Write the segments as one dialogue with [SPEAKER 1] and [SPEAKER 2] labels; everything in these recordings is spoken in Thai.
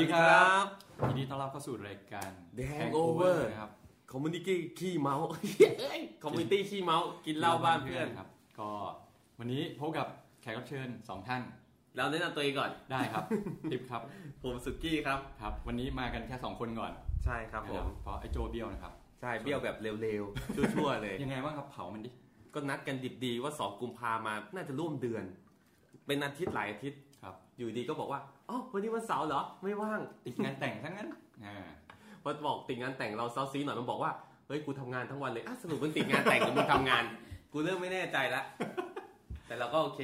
[SPEAKER 1] ยินดีต้อนรับเข้าสู่รายการ
[SPEAKER 2] The Hangover
[SPEAKER 1] Hangover นะครับ
[SPEAKER 2] คอมมูนิตี้ขี้เมาคอมมูนิตี้ขี้เมา กินเหล้าบ้านเพื่อน
[SPEAKER 1] ครับ ก็วันนี้พบกับแขกรับเชิญสองท่าน
[SPEAKER 2] เราแนะนำตัวเองก่อน
[SPEAKER 1] ได้ ครับ ทิปครับ
[SPEAKER 2] ผมสุกี้ครับ
[SPEAKER 1] ครับ วันนี้มากันแค่สองคนก่อน
[SPEAKER 2] ใช่ครับผม
[SPEAKER 1] นะเพราะไอโจเบี้ยวนะครับ
[SPEAKER 2] ใช่เบี้ยวแบบเร็วๆ ชั่วๆเลย
[SPEAKER 1] ยังไงบ้างครับเผามันดิ
[SPEAKER 2] ก็นัดกันดิบดีว่าสองกุมภามา น่าจะร่วมเดือน เป็นอาทิตย์หลายอาทิตย์
[SPEAKER 1] ครับ
[SPEAKER 2] อยู่ดีก็บอกว่าอ๋อวันนี้วันเสาร์เหรอ ไม่ว่าง
[SPEAKER 1] ติดงานแต่งทั้งนั้นอ่า
[SPEAKER 2] พอบอกติดงานแต่งเราเซาซีหน่อยมันบอกว่า เฮ้ย กูทำงานทั้งวันเลยอ่ะสรุปมันติดงานแต่งหรือมึงทำงาน กูเริ่มไม่แน่ใจละ แต่เราก็โอเค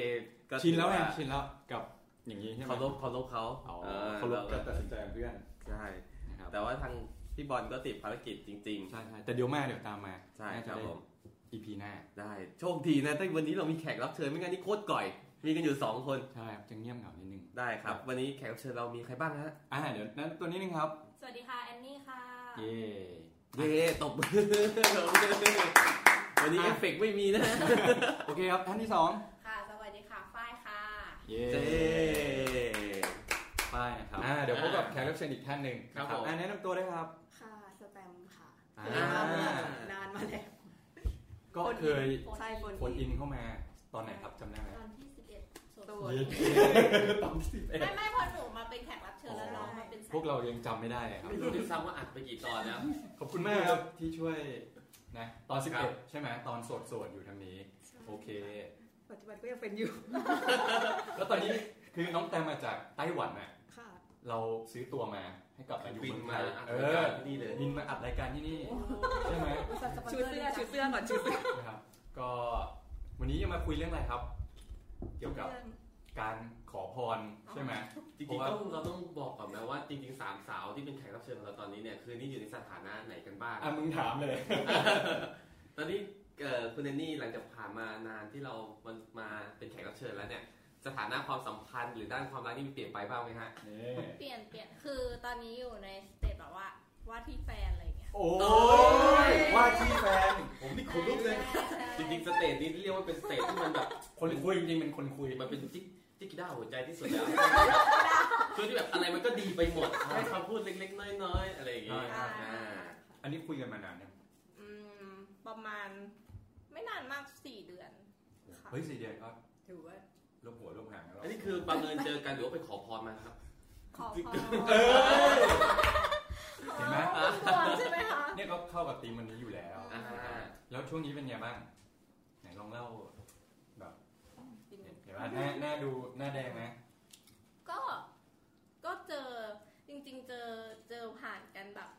[SPEAKER 2] ก็
[SPEAKER 1] ชินแล้ว
[SPEAKER 2] ถื
[SPEAKER 1] ไง
[SPEAKER 2] อ
[SPEAKER 1] ชินแล้วกับอย่างนี้ใช่ไหม
[SPEAKER 2] เคารพเคารพเขา
[SPEAKER 1] อ๋อ
[SPEAKER 2] ออ
[SPEAKER 1] เขาลบ
[SPEAKER 2] ก็
[SPEAKER 1] การตัดสินใจของเพื่อน
[SPEAKER 2] ใช่
[SPEAKER 1] นะครับ
[SPEAKER 2] แต่ว่าทางพี่บอลก็ติดภารกิจจริง
[SPEAKER 1] ใช่ใช่แต่เดี๋ยวมาเดี๋ยวตามมา
[SPEAKER 2] ๆ ใช่
[SPEAKER 1] น่า
[SPEAKER 2] ค
[SPEAKER 1] จะ
[SPEAKER 2] รับ
[SPEAKER 1] ได้
[SPEAKER 2] ผม
[SPEAKER 1] EP หน้า
[SPEAKER 2] ได้โชคดีนะที่วันนี้เรามีแขกรับเชิญไม่งั้นนี่โคตรก่อย มีกันอยู่ 2 คน
[SPEAKER 1] ใช่ครับจะเงียบเหงานิดนึง
[SPEAKER 2] ได้ครับ วันนี้แขกรับเชิญเรามีใครบ้างฮะ
[SPEAKER 1] อ่าเดี๋ยวนั้นตัวนี้นึงครับ
[SPEAKER 3] สวัสดีค่ะ แอนนี่ค่ะ
[SPEAKER 1] เย่
[SPEAKER 2] เย้ตบมือ วันนี้เอฟเฟกต์ไม่มีนะ
[SPEAKER 1] โอเคครับท่านที่สอง
[SPEAKER 3] ค่ะ สวัสดีค่ะ ฝ้ายค่ะ
[SPEAKER 1] เย่
[SPEAKER 2] เจ้
[SPEAKER 1] ป้ายนะครับอ่าเดี๋ยวพบกับแขกรับเชิญอีกท่านหนึ่ง
[SPEAKER 2] ครับ
[SPEAKER 1] นะ
[SPEAKER 2] ผม
[SPEAKER 1] อ่าแนะนำตัวได้วยครับ
[SPEAKER 4] ค่ะสแตมป์ค่ะ
[SPEAKER 1] อ่า
[SPEAKER 4] เคยมาเมื่อนานมาแล้ว
[SPEAKER 1] ก็เคย
[SPEAKER 4] ใช่บน
[SPEAKER 1] โฟนอินเข้ามาตอนไหนครับจำได้ไหม
[SPEAKER 3] ตอนที่ 11
[SPEAKER 4] โซน
[SPEAKER 1] ตอนสิบเอ็ด
[SPEAKER 3] ไม่ไม่พอหนูมาเป็นแขกรับเชิญแล้วน้องมาเป็นสย
[SPEAKER 1] พวกเรายังจำไม่ได้เลยครับ
[SPEAKER 2] ไม่รู้ด้วยซ้ำว่าอัดไปกี่ตอนแล้ว
[SPEAKER 1] ขอบคุณมากครับที่ช่วยนะตอนสิบ
[SPEAKER 2] ครั
[SPEAKER 1] เอ็
[SPEAKER 2] บ
[SPEAKER 1] ดใช่ไหมตอนสดสดๆอยู่ทางนี้โอเค
[SPEAKER 4] ปัจจุบันก็ยังเป็นอยู่
[SPEAKER 1] แล้วตอนนี้คือน้องแตมมาจากไต้หวันน่ะ
[SPEAKER 4] ค่ะ
[SPEAKER 1] เราซื้อตัวมาให้กลับมาอยู่
[SPEAKER 2] บิน
[SPEAKER 1] เมืองไท
[SPEAKER 2] มาย อัด
[SPEAKER 1] เอ
[SPEAKER 2] รายการ
[SPEAKER 1] อ
[SPEAKER 2] ที่นี่เลย
[SPEAKER 1] บินมาอัดรายการที่นี่ใช่ไหม
[SPEAKER 4] ชูเสื้อชูเสื้อก่อนชูเสื้อ
[SPEAKER 1] นะครับก็วันนี้จะมาคุยเรื่องอะไรครับ เกี่ยวกับการขอพรใช่ไหม
[SPEAKER 2] จริง
[SPEAKER 1] เพราะ
[SPEAKER 2] ๆ
[SPEAKER 1] ว่า
[SPEAKER 2] ต้องเราต้องบอกก่อนนะว่าจริงๆสามสาวที่เป็นแขกรับเชิญของเราตอนนี้เนี่ยคือนี่อยู่ในสถานะไหนกันบ้าง
[SPEAKER 1] อ่ะมึงถามเลย
[SPEAKER 2] ตอนนี้เอ่อคุณแอนนี่หลังจากผ่านมานานที่เรามันมาเป็นแขกรับเชิญแล้วเนี่ย สถานะความสัมพันธ์หรือด้านความรักนี่มันเปลี่ยนไปบ้างไหมฮะ
[SPEAKER 1] นี่
[SPEAKER 3] เปลี่ยนเปลี่ยน คือตอนนี้อยู่ในสเตจแบบว่า ว่าที่แฟนอะไรอย่างเงี้ย
[SPEAKER 1] โอ้ยว่าที่แฟน
[SPEAKER 2] ผมนี่ขนลุกเลยจริงๆสเตจนี้เรียกว่าเป็นสเตจที่มันแบบ
[SPEAKER 1] คนคุยจริงๆเป็นคนคุย
[SPEAKER 2] มันเป็นจิ๊กจิ๊กด้าหัวใจที่สุดแล้วคือที่แบบอะไรมันก็ดีไปหมดแค่คำพูดเล็กๆ น้อยๆอะไรอย่างเงี้ย
[SPEAKER 3] อ่า
[SPEAKER 2] อ่า
[SPEAKER 1] อันนี้คุยกันมานานเนี่ยง
[SPEAKER 3] อืม ประมาณ ไม่นานมากสี่เดือนค่ะ
[SPEAKER 1] เฮ้ยสี่เดือนก็
[SPEAKER 4] ถือว่า
[SPEAKER 1] ลบหัวลบหางแล้ว
[SPEAKER 2] อันนี้คือบังเอิญเจอกันหรือว่าไปขอพรมาครับ
[SPEAKER 3] ขอพ
[SPEAKER 1] เอ
[SPEAKER 3] อ
[SPEAKER 1] อ
[SPEAKER 3] ข
[SPEAKER 1] เห็นไหม
[SPEAKER 3] อพรใช่ไหมคะ
[SPEAKER 1] เนี่ยก็เข้ากับธีมวันนี้อยู่แล้ว
[SPEAKER 2] อ่า
[SPEAKER 1] แล้วช่วงนี้เป็นไงบ้าง ไหนลองเล่าแบบ
[SPEAKER 4] กิน
[SPEAKER 1] เดี๋ยวนะหน้าหน้าดูหน้าแดงไหม
[SPEAKER 3] ก็ ก็เจอจริง ๆ เจอเจอผ่านกันแบบ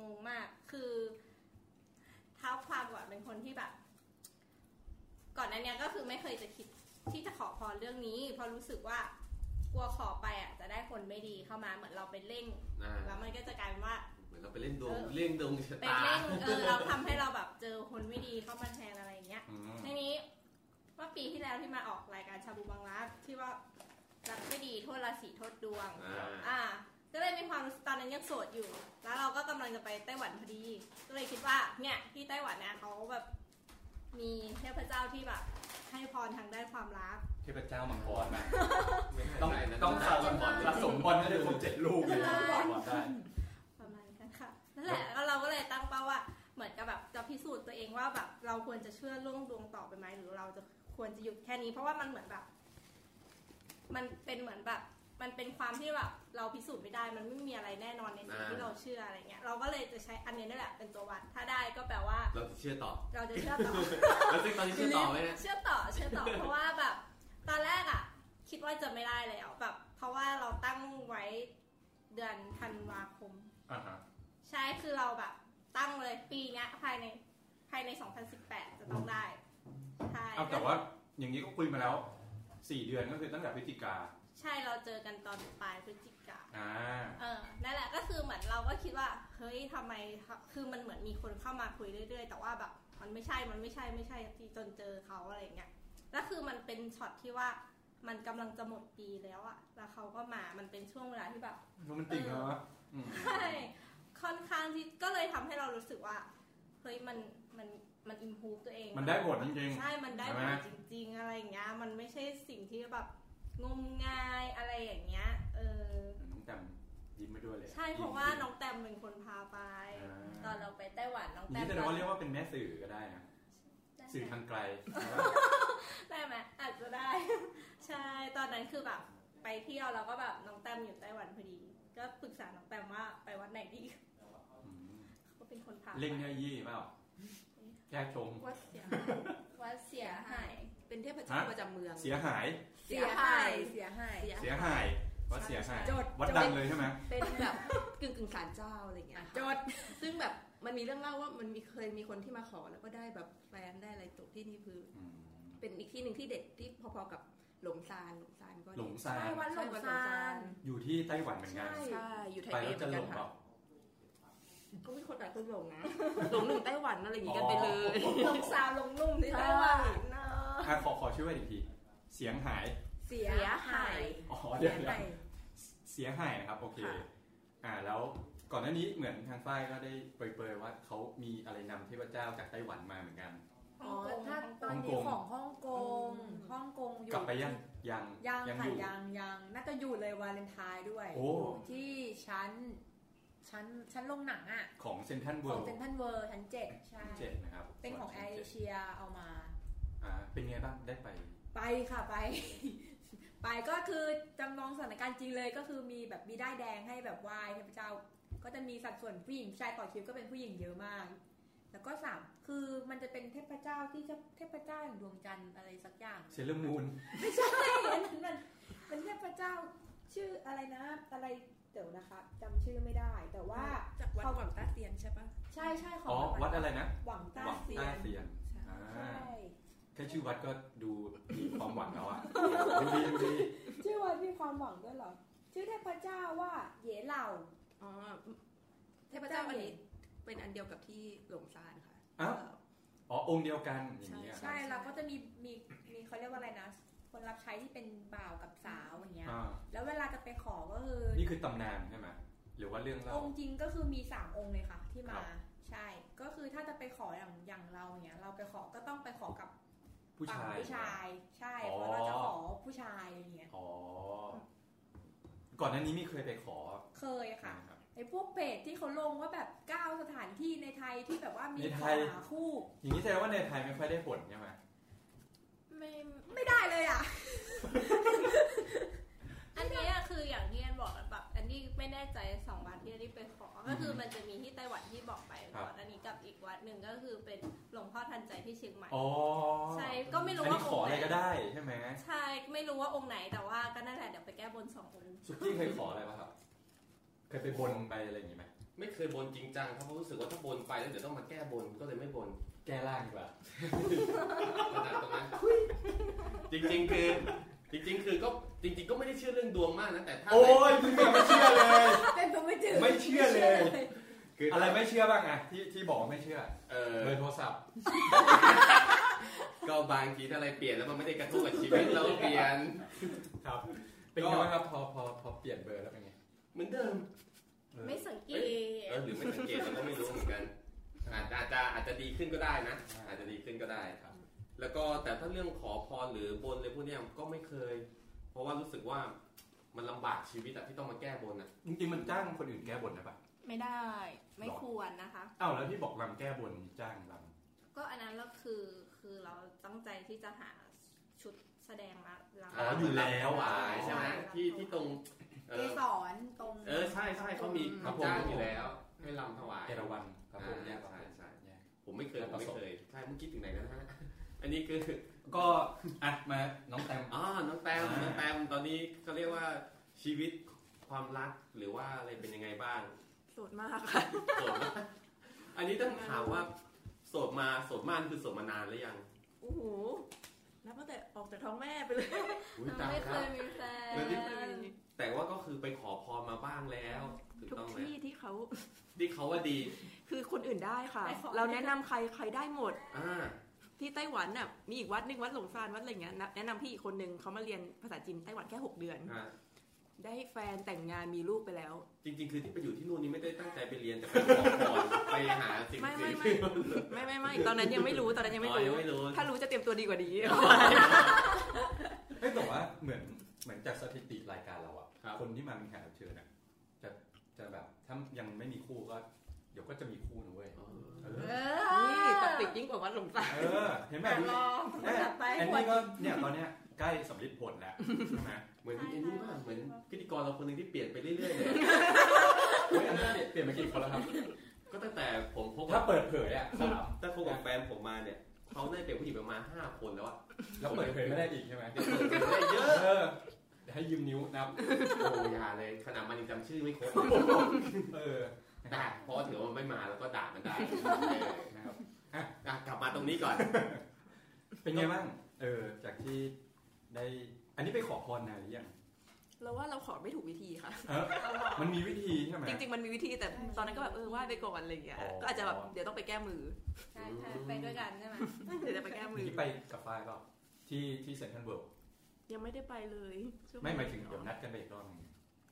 [SPEAKER 3] งงๆมาก คือเท้าความก่อนเป็นคนที่แบบ ก่อนหนั้นเนี้ยก็คือไม่เคยจะคิดที่จะขอพรเรื่องนี้ เพราะรู้สึกว่ากลัวขอไปอ่ะจะได้คนไม่ดีเข้ามาเหมือนเราไปเร่ง
[SPEAKER 2] อ่า
[SPEAKER 3] แล้วมันก็จะกลายเป็นว่า
[SPEAKER 2] เหมือนเราไปเล่นดวงเล่นดวงชะ
[SPEAKER 3] ไป
[SPEAKER 2] ตา
[SPEAKER 3] เร่งเออเราทำให้เราแบบเจอคนไม่ดีเข้ามาแทนอะไรอย่างเงี้ย
[SPEAKER 1] อืม
[SPEAKER 3] ทีนี้เมื่อปีที่แล้วที่มาออกรายการชาบูบังรักที่ว่ารักไม่ดีโทษราศีโทษดวง
[SPEAKER 2] อ่า
[SPEAKER 3] อ่าก็เลยมีความรู้สึกตอนนั้นยังโสดอยู่ แล้วเราก็กำลังจะไปไต้หวันพอดี ก็เลยคิดว่าเนี่ยที่ไต้หวันเนี่ยเขาแบบมีเทพเจ้าที่แบบ ให้พรทางด้านความรัก
[SPEAKER 1] เทพเจ้ามังกรมา
[SPEAKER 2] ไม่แน่
[SPEAKER 1] ต้อง
[SPEAKER 2] ใจนะ
[SPEAKER 1] ต้องสะสม
[SPEAKER 3] บอล
[SPEAKER 1] สะสมบอลให้ได้ครบเจ็ดลูกเลยนะบอลได้
[SPEAKER 3] ประมาณนั้นค่ะนั่นแหละแล้วเราก็เลยตั้งเป้าว่าเหมือนกับแบบจะพิสูจน์ตัวเองว่าแบบเราควรจะเชื่อเรื่องดวงต่อไปไหมหรือเราจะควรจะหยุดแค่นี้ เพราะว่ามันเหมือนแบบ มันเป็นเหมือนแบบ มันเป็นความที่แบบเราพิสูจน์ไม่ได้มันไม่มีอะไรแน่นอนในสิ่ง
[SPEAKER 2] อ่า
[SPEAKER 3] ที่เราเชื่ออะไรเงี้ยเราก็เลยจะใช้อันนี้นี่แหละเป็นตัววัดถ้าได้ก็แปลว่า
[SPEAKER 2] เราจะเชื่อต่อ
[SPEAKER 3] เราจะเชื่อต่อ
[SPEAKER 2] แล้วซึ่งตอน นี้เชื่อต่อไหมเนี่ย
[SPEAKER 3] เชื่อต่อเชื่อต่อ เพราะว่าแบบ ตอนแรกอ่ะ คิดว่าจะไม่ได้แล้วแบบ เพราะว่าเราตั้งไว้เดือนธันวาคม
[SPEAKER 1] อ่าฮะ
[SPEAKER 3] ใช่คือเราแบบ ตั้งเลยปีเนี้ยภายในภายใน 2018 จะต้องได้ใช่
[SPEAKER 1] เอาแต่ว่าอย่างนี้ก็คุยมาแล้วสี่เดือนก็คือตั้งแต่พฤศจิกา
[SPEAKER 3] ใช่เราเจอกันตอนปลายพฤศจิกา
[SPEAKER 1] อ่า
[SPEAKER 3] เออนั่นแหละก็คือเหมือนเราก็คิดว่า เฮ้ยทำไมคือมันเหมือนมีคนเข้ามาคุยเรื่อยๆ แต่ว่าแบบ มันไม่ใช่มันไม่ใช่ไม่ใช่ทีจนเจอเขาอะไรอย่างเงี้ยแล้วคือมันเป็นช็อตที่ว่ามันกำลังจะหมดปีแล้วอะแล้วเขาก็มามันเป็นช่วงเวลาที่แบบ
[SPEAKER 1] โรแมนติกเนาะอืม
[SPEAKER 3] ใช่ ค่อนข้างที่ก็เลยทำให้เรารู้สึกว่า เฮ้ย มัน มัน มันอิมพูตัวเอง
[SPEAKER 1] มันได้ผลจริง
[SPEAKER 3] ใช่ มันได้
[SPEAKER 1] ใช่
[SPEAKER 3] ผ
[SPEAKER 1] ไหม
[SPEAKER 3] ลจริง ๆ อะไรอย่างเงี้ย มันไม่ใช่สิ่งที่แบบงมงายอะไรอย่างเงี้ย เออ
[SPEAKER 1] ๆแต่ ยิ้มไปด้วยเลย
[SPEAKER 3] ใช่เพราะว่าน้องแตมเป็นคนพาไป ตอนเราไปไต้หวันน้องแต
[SPEAKER 1] นี่
[SPEAKER 3] ม
[SPEAKER 1] แสดงว่าเรียกว่าเป็นแม่สื่อก็ได้นะสื่อทางไกล
[SPEAKER 3] ได้ไหมอาจจะได้ ใช่ตอนนั้นคือแบบไปเที่ยวเราก็แบบน้องแตมอยู่ไต้หวันพอดี ก็ปรึกษาน้องแตมว่าไปวัดไหนดี
[SPEAKER 1] อืม
[SPEAKER 3] ก็เป็นคนพา
[SPEAKER 1] เล่งแค่ยี่เปล่าแค่ชม
[SPEAKER 4] วัดเสีย
[SPEAKER 3] วัดเสียหาย
[SPEAKER 4] เป็นเทพเจ้า
[SPEAKER 1] ฮะ
[SPEAKER 4] ประจำเมือง
[SPEAKER 1] เสียหาย
[SPEAKER 4] เสียหาย เสียหาย
[SPEAKER 1] เสียหาย วัดเสียหาย
[SPEAKER 4] จด
[SPEAKER 1] วัดดังเลยใช่ไหม
[SPEAKER 4] เป็นแบบกึ่งกึ่งๆศาลเจ้าอะไรอย่างเงี้ย
[SPEAKER 3] จด
[SPEAKER 4] ซึ่งแบบมันมีเรื่องเล่าว่ามันมีเคยมีคนที่มาขอแล้วก็ได้แบบแฟนได้อะไรตกที่นี่คือ
[SPEAKER 1] อืม
[SPEAKER 4] เป็นอีกที่หนึ่งที่เด็ดที่พอๆกับหลงซานหลงซานก็
[SPEAKER 1] หล
[SPEAKER 4] ดี
[SPEAKER 1] งซาน
[SPEAKER 3] วัดหลงซาน
[SPEAKER 1] อยู่ที่ไต้หวันเหมือนกัน
[SPEAKER 3] ใช่
[SPEAKER 4] ใช่อยู่ไทย
[SPEAKER 1] ไป
[SPEAKER 4] เอ
[SPEAKER 1] แล้ว
[SPEAKER 4] เหมื
[SPEAKER 1] จะ
[SPEAKER 4] อน
[SPEAKER 1] หล
[SPEAKER 4] กัน
[SPEAKER 1] ง
[SPEAKER 4] ค่ะ
[SPEAKER 1] เปล่า
[SPEAKER 4] ก็มีคนหลายคนหลงนะหลงหนุ่มไต้หวันอะไรอย่างงี้กันไปเลย
[SPEAKER 3] ลงสาวลงนุ่มที่ไต้หวันเนอะ
[SPEAKER 1] อ่ะขอขอช่วยอีกที เสียงหาย
[SPEAKER 4] เสียหาย
[SPEAKER 1] อ๋อเดี๋ยวเดี๋ยวเสียหายนะครับ โอเค
[SPEAKER 4] ค่ะ
[SPEAKER 1] อ่าแล้วก่อนหน้านี้เหมือนทางฝ้ายก็ได้เปรยๆว่าเขามีอะไรนำเทพเจ้าจากไต้หวันมาเหมือนกัน
[SPEAKER 3] อ๋อ
[SPEAKER 5] ถ้า
[SPEAKER 3] ถ้า
[SPEAKER 5] ตอนนี้ของฮ่องกง ฮ่องกงอยู่
[SPEAKER 1] กลับไปยังยัง
[SPEAKER 5] ยัง
[SPEAKER 1] ยัง
[SPEAKER 5] ค่ะ
[SPEAKER 1] อยู่
[SPEAKER 5] ยังยังน่าจะอยู่เลยวาเลนไทน์ด้วย
[SPEAKER 1] โอ้
[SPEAKER 5] ยู่ที่ชั้น ชั้นชั้นโรงหนังอ่ะ
[SPEAKER 1] ของเซนทันเวิ
[SPEAKER 5] ข
[SPEAKER 1] ล
[SPEAKER 5] อง
[SPEAKER 1] ด์
[SPEAKER 5] เซนทันเวิร์ชั้นเจ็ดใช่
[SPEAKER 1] เจ็ดนะครับ
[SPEAKER 5] เป็นของแอร์เอเชียเอามา
[SPEAKER 1] อ่าเป็นไงบ้างได้ไป
[SPEAKER 5] ไปค่ะไป ไปก็คือจำลองสถานการณ์จริงเลยก็คือมีแบบมีได้ายแดงให้แบบไหว้เทพเจ้า ก็จะมีสัดส่วนผู้หญิงผู้ชายต่อคิวก็เป็นผู้หญิงเยอะมาก แล้วก็สามคือมันจะเป็นเทพเจ้าที่จะเทพเจ้าแห่งดวงจันทร์อะไรสักอย่าง
[SPEAKER 1] เซเลอร์มูน
[SPEAKER 5] ไม่ใช่อันนั้นมันมันเทพเจ้าชื่ออะไรนะ อะไรเดี๋ยวนะคะจำชื่อไม่ได้ แต่ว่า
[SPEAKER 4] จากวัดหวังต้าเตียนใช่ปะ
[SPEAKER 5] ใช่ใช่ขอ
[SPEAKER 1] อ๋
[SPEAKER 5] ง
[SPEAKER 1] อ วัดอะไรนะ
[SPEAKER 5] หวังต้า
[SPEAKER 1] หวัง
[SPEAKER 5] เซีย
[SPEAKER 1] ต้าน เซียนอ่
[SPEAKER 5] ใช่
[SPEAKER 1] าแค่ชื่อวัดก็ดูมีความหวังแล้ว อ่ะ ดูดีดูดี
[SPEAKER 5] ชื่อว่ามีความหวังด้วยเหรอ ชื่อเทพเจ้าว่าเหยเหล่า
[SPEAKER 4] อ๋อเทพเจ้าอันนี้เป็นอันเดียวกับที่หลงซานค่ะ
[SPEAKER 1] อ้าวอ๋อ องค์เดียวกันอย่างนี้ย
[SPEAKER 5] ใช่เราก็จะมีมีมีเขาเรียกว่าอะไรนะ คนรับใช้ที่เป็นบ่าวกับสาวอย่างเงี้ย
[SPEAKER 1] อ่า
[SPEAKER 5] แล้วเวลาจะไปขอก็คือ
[SPEAKER 1] นี่คือตำนานใช่ไหมหรือว่าเรื่องเล่า
[SPEAKER 5] องค์จริงก็คือมีสามองค์เลยค่ะ ที่
[SPEAKER 1] ครั
[SPEAKER 5] มา
[SPEAKER 1] บ
[SPEAKER 5] ใช่ ก็คือถ้าจะไปขออย่างอย่างเราอย่างเงี้ย เราไปขอก็ต้องไปขอกับ
[SPEAKER 1] ผู้ชาย
[SPEAKER 5] ฝั่งผู้ชายใช่
[SPEAKER 1] อ๋อ
[SPEAKER 5] เพราะเราจะขอผู้ชายอะไรเงี้ย
[SPEAKER 1] อ๋อ ก่อนหน้านี้มีเคยไปขอ
[SPEAKER 5] เคยค่ะ
[SPEAKER 1] นะครับ
[SPEAKER 5] ไอ้พวกเพจที่เขาลงว่าแบบเก้าสถานที่ในไทยที่แบบว่ามี
[SPEAKER 1] ใน
[SPEAKER 5] ข
[SPEAKER 1] ไท
[SPEAKER 5] อย หาคู่
[SPEAKER 1] อย่างนี้แสดงว่าในไทยไม่ค่อยได้ผลใช่ไหม
[SPEAKER 3] ไม่
[SPEAKER 5] ไม่ได้เลยอ่ะ
[SPEAKER 3] อันเนี้ยคืออย่างที่แอนบอกอะแบบอันนี้ไม่แน่ใจสองวัดที่อันนี้ไปขอ ก็คือมันจะมีที่ไต้หวันที่บอกไปก่อนอันนี้กับอีกวัดหนึ่งก็คือเป็นหลวงพ่อทันใจที่เชียงใหม่
[SPEAKER 1] อ๋อ
[SPEAKER 3] ใช่ก็ไม่รู้
[SPEAKER 1] อัน
[SPEAKER 3] ว่า
[SPEAKER 1] นี้ขออะไรก็ได้ใช่ไหม
[SPEAKER 3] ใช่ไม่รู้ว่าองค์ไหนแต่ว่าก็นั่นแหละเดี๋ยวไปแก้บนสององค์
[SPEAKER 1] สุกี้เคยขออะไรป่ะครับ เคยไปบนไปอะไรอย่างนี้ไหม
[SPEAKER 2] ไม่เคยบนจริงจังครับเพราะรู้สึกว่าถ้าบนไปแล้วเดี๋ยวต้องมาแก้บนก็เลยไม่บน
[SPEAKER 1] แก้ร่างดีกว่า
[SPEAKER 2] ขนาดตรงนั้นจริงๆคือจริง ๆ คือก็จริง ๆ ก็ไม่ได้เชื่อเรื่องดวงมากนะแต่ถ้า
[SPEAKER 1] โอ้ยมึงอย่าไม่เชื่อเลย
[SPEAKER 5] เป็นผมไม่จืด
[SPEAKER 1] ไม่เชื่อเลย
[SPEAKER 2] คือ
[SPEAKER 1] อะไรไม่เชื่อบ้างอะที่ที่บอกไม่เชื่อ
[SPEAKER 2] เออ
[SPEAKER 1] เบอร์โทรศัพท์
[SPEAKER 2] ก็บางทีถ้าอะไรเปลี่ยนแล้วมันไม่ได้กระทบกับชีวิตเราก็เปลี่ยน
[SPEAKER 1] ครับ เป็นไงบ้างครับพอพอพอเปลี่ยนเบอร์แล้วเป็นไง
[SPEAKER 2] เหมือนเดิม
[SPEAKER 1] เออ
[SPEAKER 3] ไม่สังเกต
[SPEAKER 2] เออหรือไม่สังเกตเราก็ไม่รู้เหมือนกันอาจอาจจะอาจจะดีขึ้นก็ได้นะ อาจจะดีขึ้นก็ได้ครับ แล้วก็แต่ถ้าเรื่องขอพรหรือบนเลยพวกเนี้ยก็ไม่เคย เพราะว่ารู้สึกว่ามันลำบากชีวิตอะที่ต้องมาแก้บนอะ
[SPEAKER 1] จริงๆมันจ้างคนอื่นแก้บนได้ปะ
[SPEAKER 3] ไม่ได้ไม่ควรนะคะ
[SPEAKER 1] อ้าวแล้วที่บอกรำแก้บนจ้างรำ
[SPEAKER 3] ก็อันนั้นก็คือคือเราตั้งใจที่จะหาชุดแสดงมาลำ
[SPEAKER 2] อ๋ออยู่แล้วอ่ะใช่ไหมที่ที่ตรงเอ
[SPEAKER 5] เก
[SPEAKER 2] อ
[SPEAKER 5] สรตรง
[SPEAKER 2] เออใช่ใช่เขามีเขาจ้างอยู่แล้ว ให้ลำถวาย
[SPEAKER 1] เอราวันครับผมแยกครับ
[SPEAKER 2] ใช่
[SPEAKER 1] ผม
[SPEAKER 2] ใช่ผมไม่เคย
[SPEAKER 1] แล้ว
[SPEAKER 2] ผ
[SPEAKER 1] ก็
[SPEAKER 2] มไม่
[SPEAKER 1] ส่ง
[SPEAKER 2] เคยใช่เมื่อกี้ถึงไหนแล้วนะฮะอันนี้คือ
[SPEAKER 1] ก็อ่ะมาน้องแตม
[SPEAKER 2] อ๋อน้องแต้มน้องแต้มตอนนี้เขาเรียกว่าชีวิตความรักหรือว่าอะไรเป็นยังไงบ้าง
[SPEAKER 4] โสดมากค่ะ
[SPEAKER 2] โสดไหมอันนี้ต้องถามว่าโสดมาโสดมานคือโสดมานานหรือยัง
[SPEAKER 4] โอ้โหนับตั้งแต่ออกจากท้องแม่ไปเลย
[SPEAKER 2] อุ๊ยตาย
[SPEAKER 3] ไม่เค
[SPEAKER 2] แล้ว
[SPEAKER 3] ยมีแฟน
[SPEAKER 2] แต่ว่าก็คือไปขอพรมาบ้างแล้วถูก
[SPEAKER 4] ทุก
[SPEAKER 2] ต้องไหม
[SPEAKER 4] ที่ที่เขา
[SPEAKER 2] ที่เขาว่าดี
[SPEAKER 4] คือคนอื่นได้ค่ะ
[SPEAKER 3] ไปขอ
[SPEAKER 4] เราแนะนำใครใครได้หมด
[SPEAKER 2] อ่า
[SPEAKER 4] ที่ไต้หวันน่ะมีอีกวัดหนึ่งวัดหลงซานวัดอะไรอย่างเงี้ยนะแนะนำพี่อีกคนนึงเขามาเรียนภาษาจีนไต้หวันแค่หกเดือน
[SPEAKER 2] อ่า
[SPEAKER 4] ได้แฟนแต่งงานมีลูกไปแล้ว
[SPEAKER 2] จริงๆ คือที่ไปอยู่ที่นู่นนี่ไม่ได้ตั้งใจไปเรียนแต่ไปขอพรไปหาสิ่ง
[SPEAKER 4] ไม่ไม่
[SPEAKER 2] สิ่ง
[SPEAKER 4] ไม่
[SPEAKER 2] ที่
[SPEAKER 4] ไม่ไม่ไม่ตอนนั้นยังไม่รู้ตอนนั้นยังไม่
[SPEAKER 2] อ๋อยั
[SPEAKER 4] รู้
[SPEAKER 2] งไม่รู้
[SPEAKER 4] ถ้ารู้จะเตรียมตัวดีกว่านี้
[SPEAKER 1] เอ้ยแต่ว่าเหมือนเหมือนจากสถิติรายการเราอะ
[SPEAKER 2] ครับ
[SPEAKER 1] คนที่มาเป็นแขกรับเชิญอะจะ อนนี่ก็เนี่ยตอนเนี้ยใกล้สำลิดผลแล้วใช่ไหม
[SPEAKER 2] เหมือนไอ้นี่ว่ากเหมือนพิธีกรเราคนหนึ่งที่เปลี่ยนไปเรื่อยๆเลย
[SPEAKER 1] เฮ้ยอันนั้นเนี่ยเปลี่ยนไปกี่คนแล้วครับ
[SPEAKER 2] ก็ตั้งแต่ผมพบ
[SPEAKER 1] ถ้าเปิดเผยอ่ะสาม
[SPEAKER 2] ตั้งแต่ผมกับแฟนผมมาเนี่ยเขาได้เปลี่ยนผู้หญิงประมาณห้าคนแล้วอะ
[SPEAKER 1] แล้วเปิดเผยไม่ได้อีกใช่ไหม
[SPEAKER 2] เปลี่ยนเปลี่ยนได้เยอะ
[SPEAKER 1] เออเดี๋ยวให้ยืมนิ้วนับ
[SPEAKER 2] โอ้อยาเลยขนาดมันยังจำชื่อไม่ครบ
[SPEAKER 1] เออ
[SPEAKER 2] ได้เพราะถือว่ามันไม่มาแล้วก็ด่ามันได้
[SPEAKER 1] นะครับ
[SPEAKER 2] อ่ะกลับมาตรงนี้ก่อน
[SPEAKER 1] เป็นไงบ้างเออ จากที่ได้อันนี้ไปขอพรนานหรือยัง
[SPEAKER 4] เราว่าเราขอไม่ถูกวิธีค่ะ
[SPEAKER 1] มันมีวิธีใช่ไหม
[SPEAKER 4] จริง ๆ มันมีวิธีแต่ตอนนั้นก็แบบเออไหว่าไปก่อนอะไรอย่างเงี้ย
[SPEAKER 1] อ๋อ
[SPEAKER 4] ก็อาจจะแบบเดี๋ยวต้องไปแก้มือ
[SPEAKER 3] ใช่ใช่ไปด้วยกันใช่ไหม
[SPEAKER 4] เดี๋ยวจะไปแก้มือ
[SPEAKER 1] ที่ไปกับฟ้ายเปล่าที่ที่เซ็นทรัลเวิลด์
[SPEAKER 4] ยังไม่ได้ไปเลย
[SPEAKER 1] ไม่หมายถึงเดี๋ยวนัดกันไปอีกรอบหนึง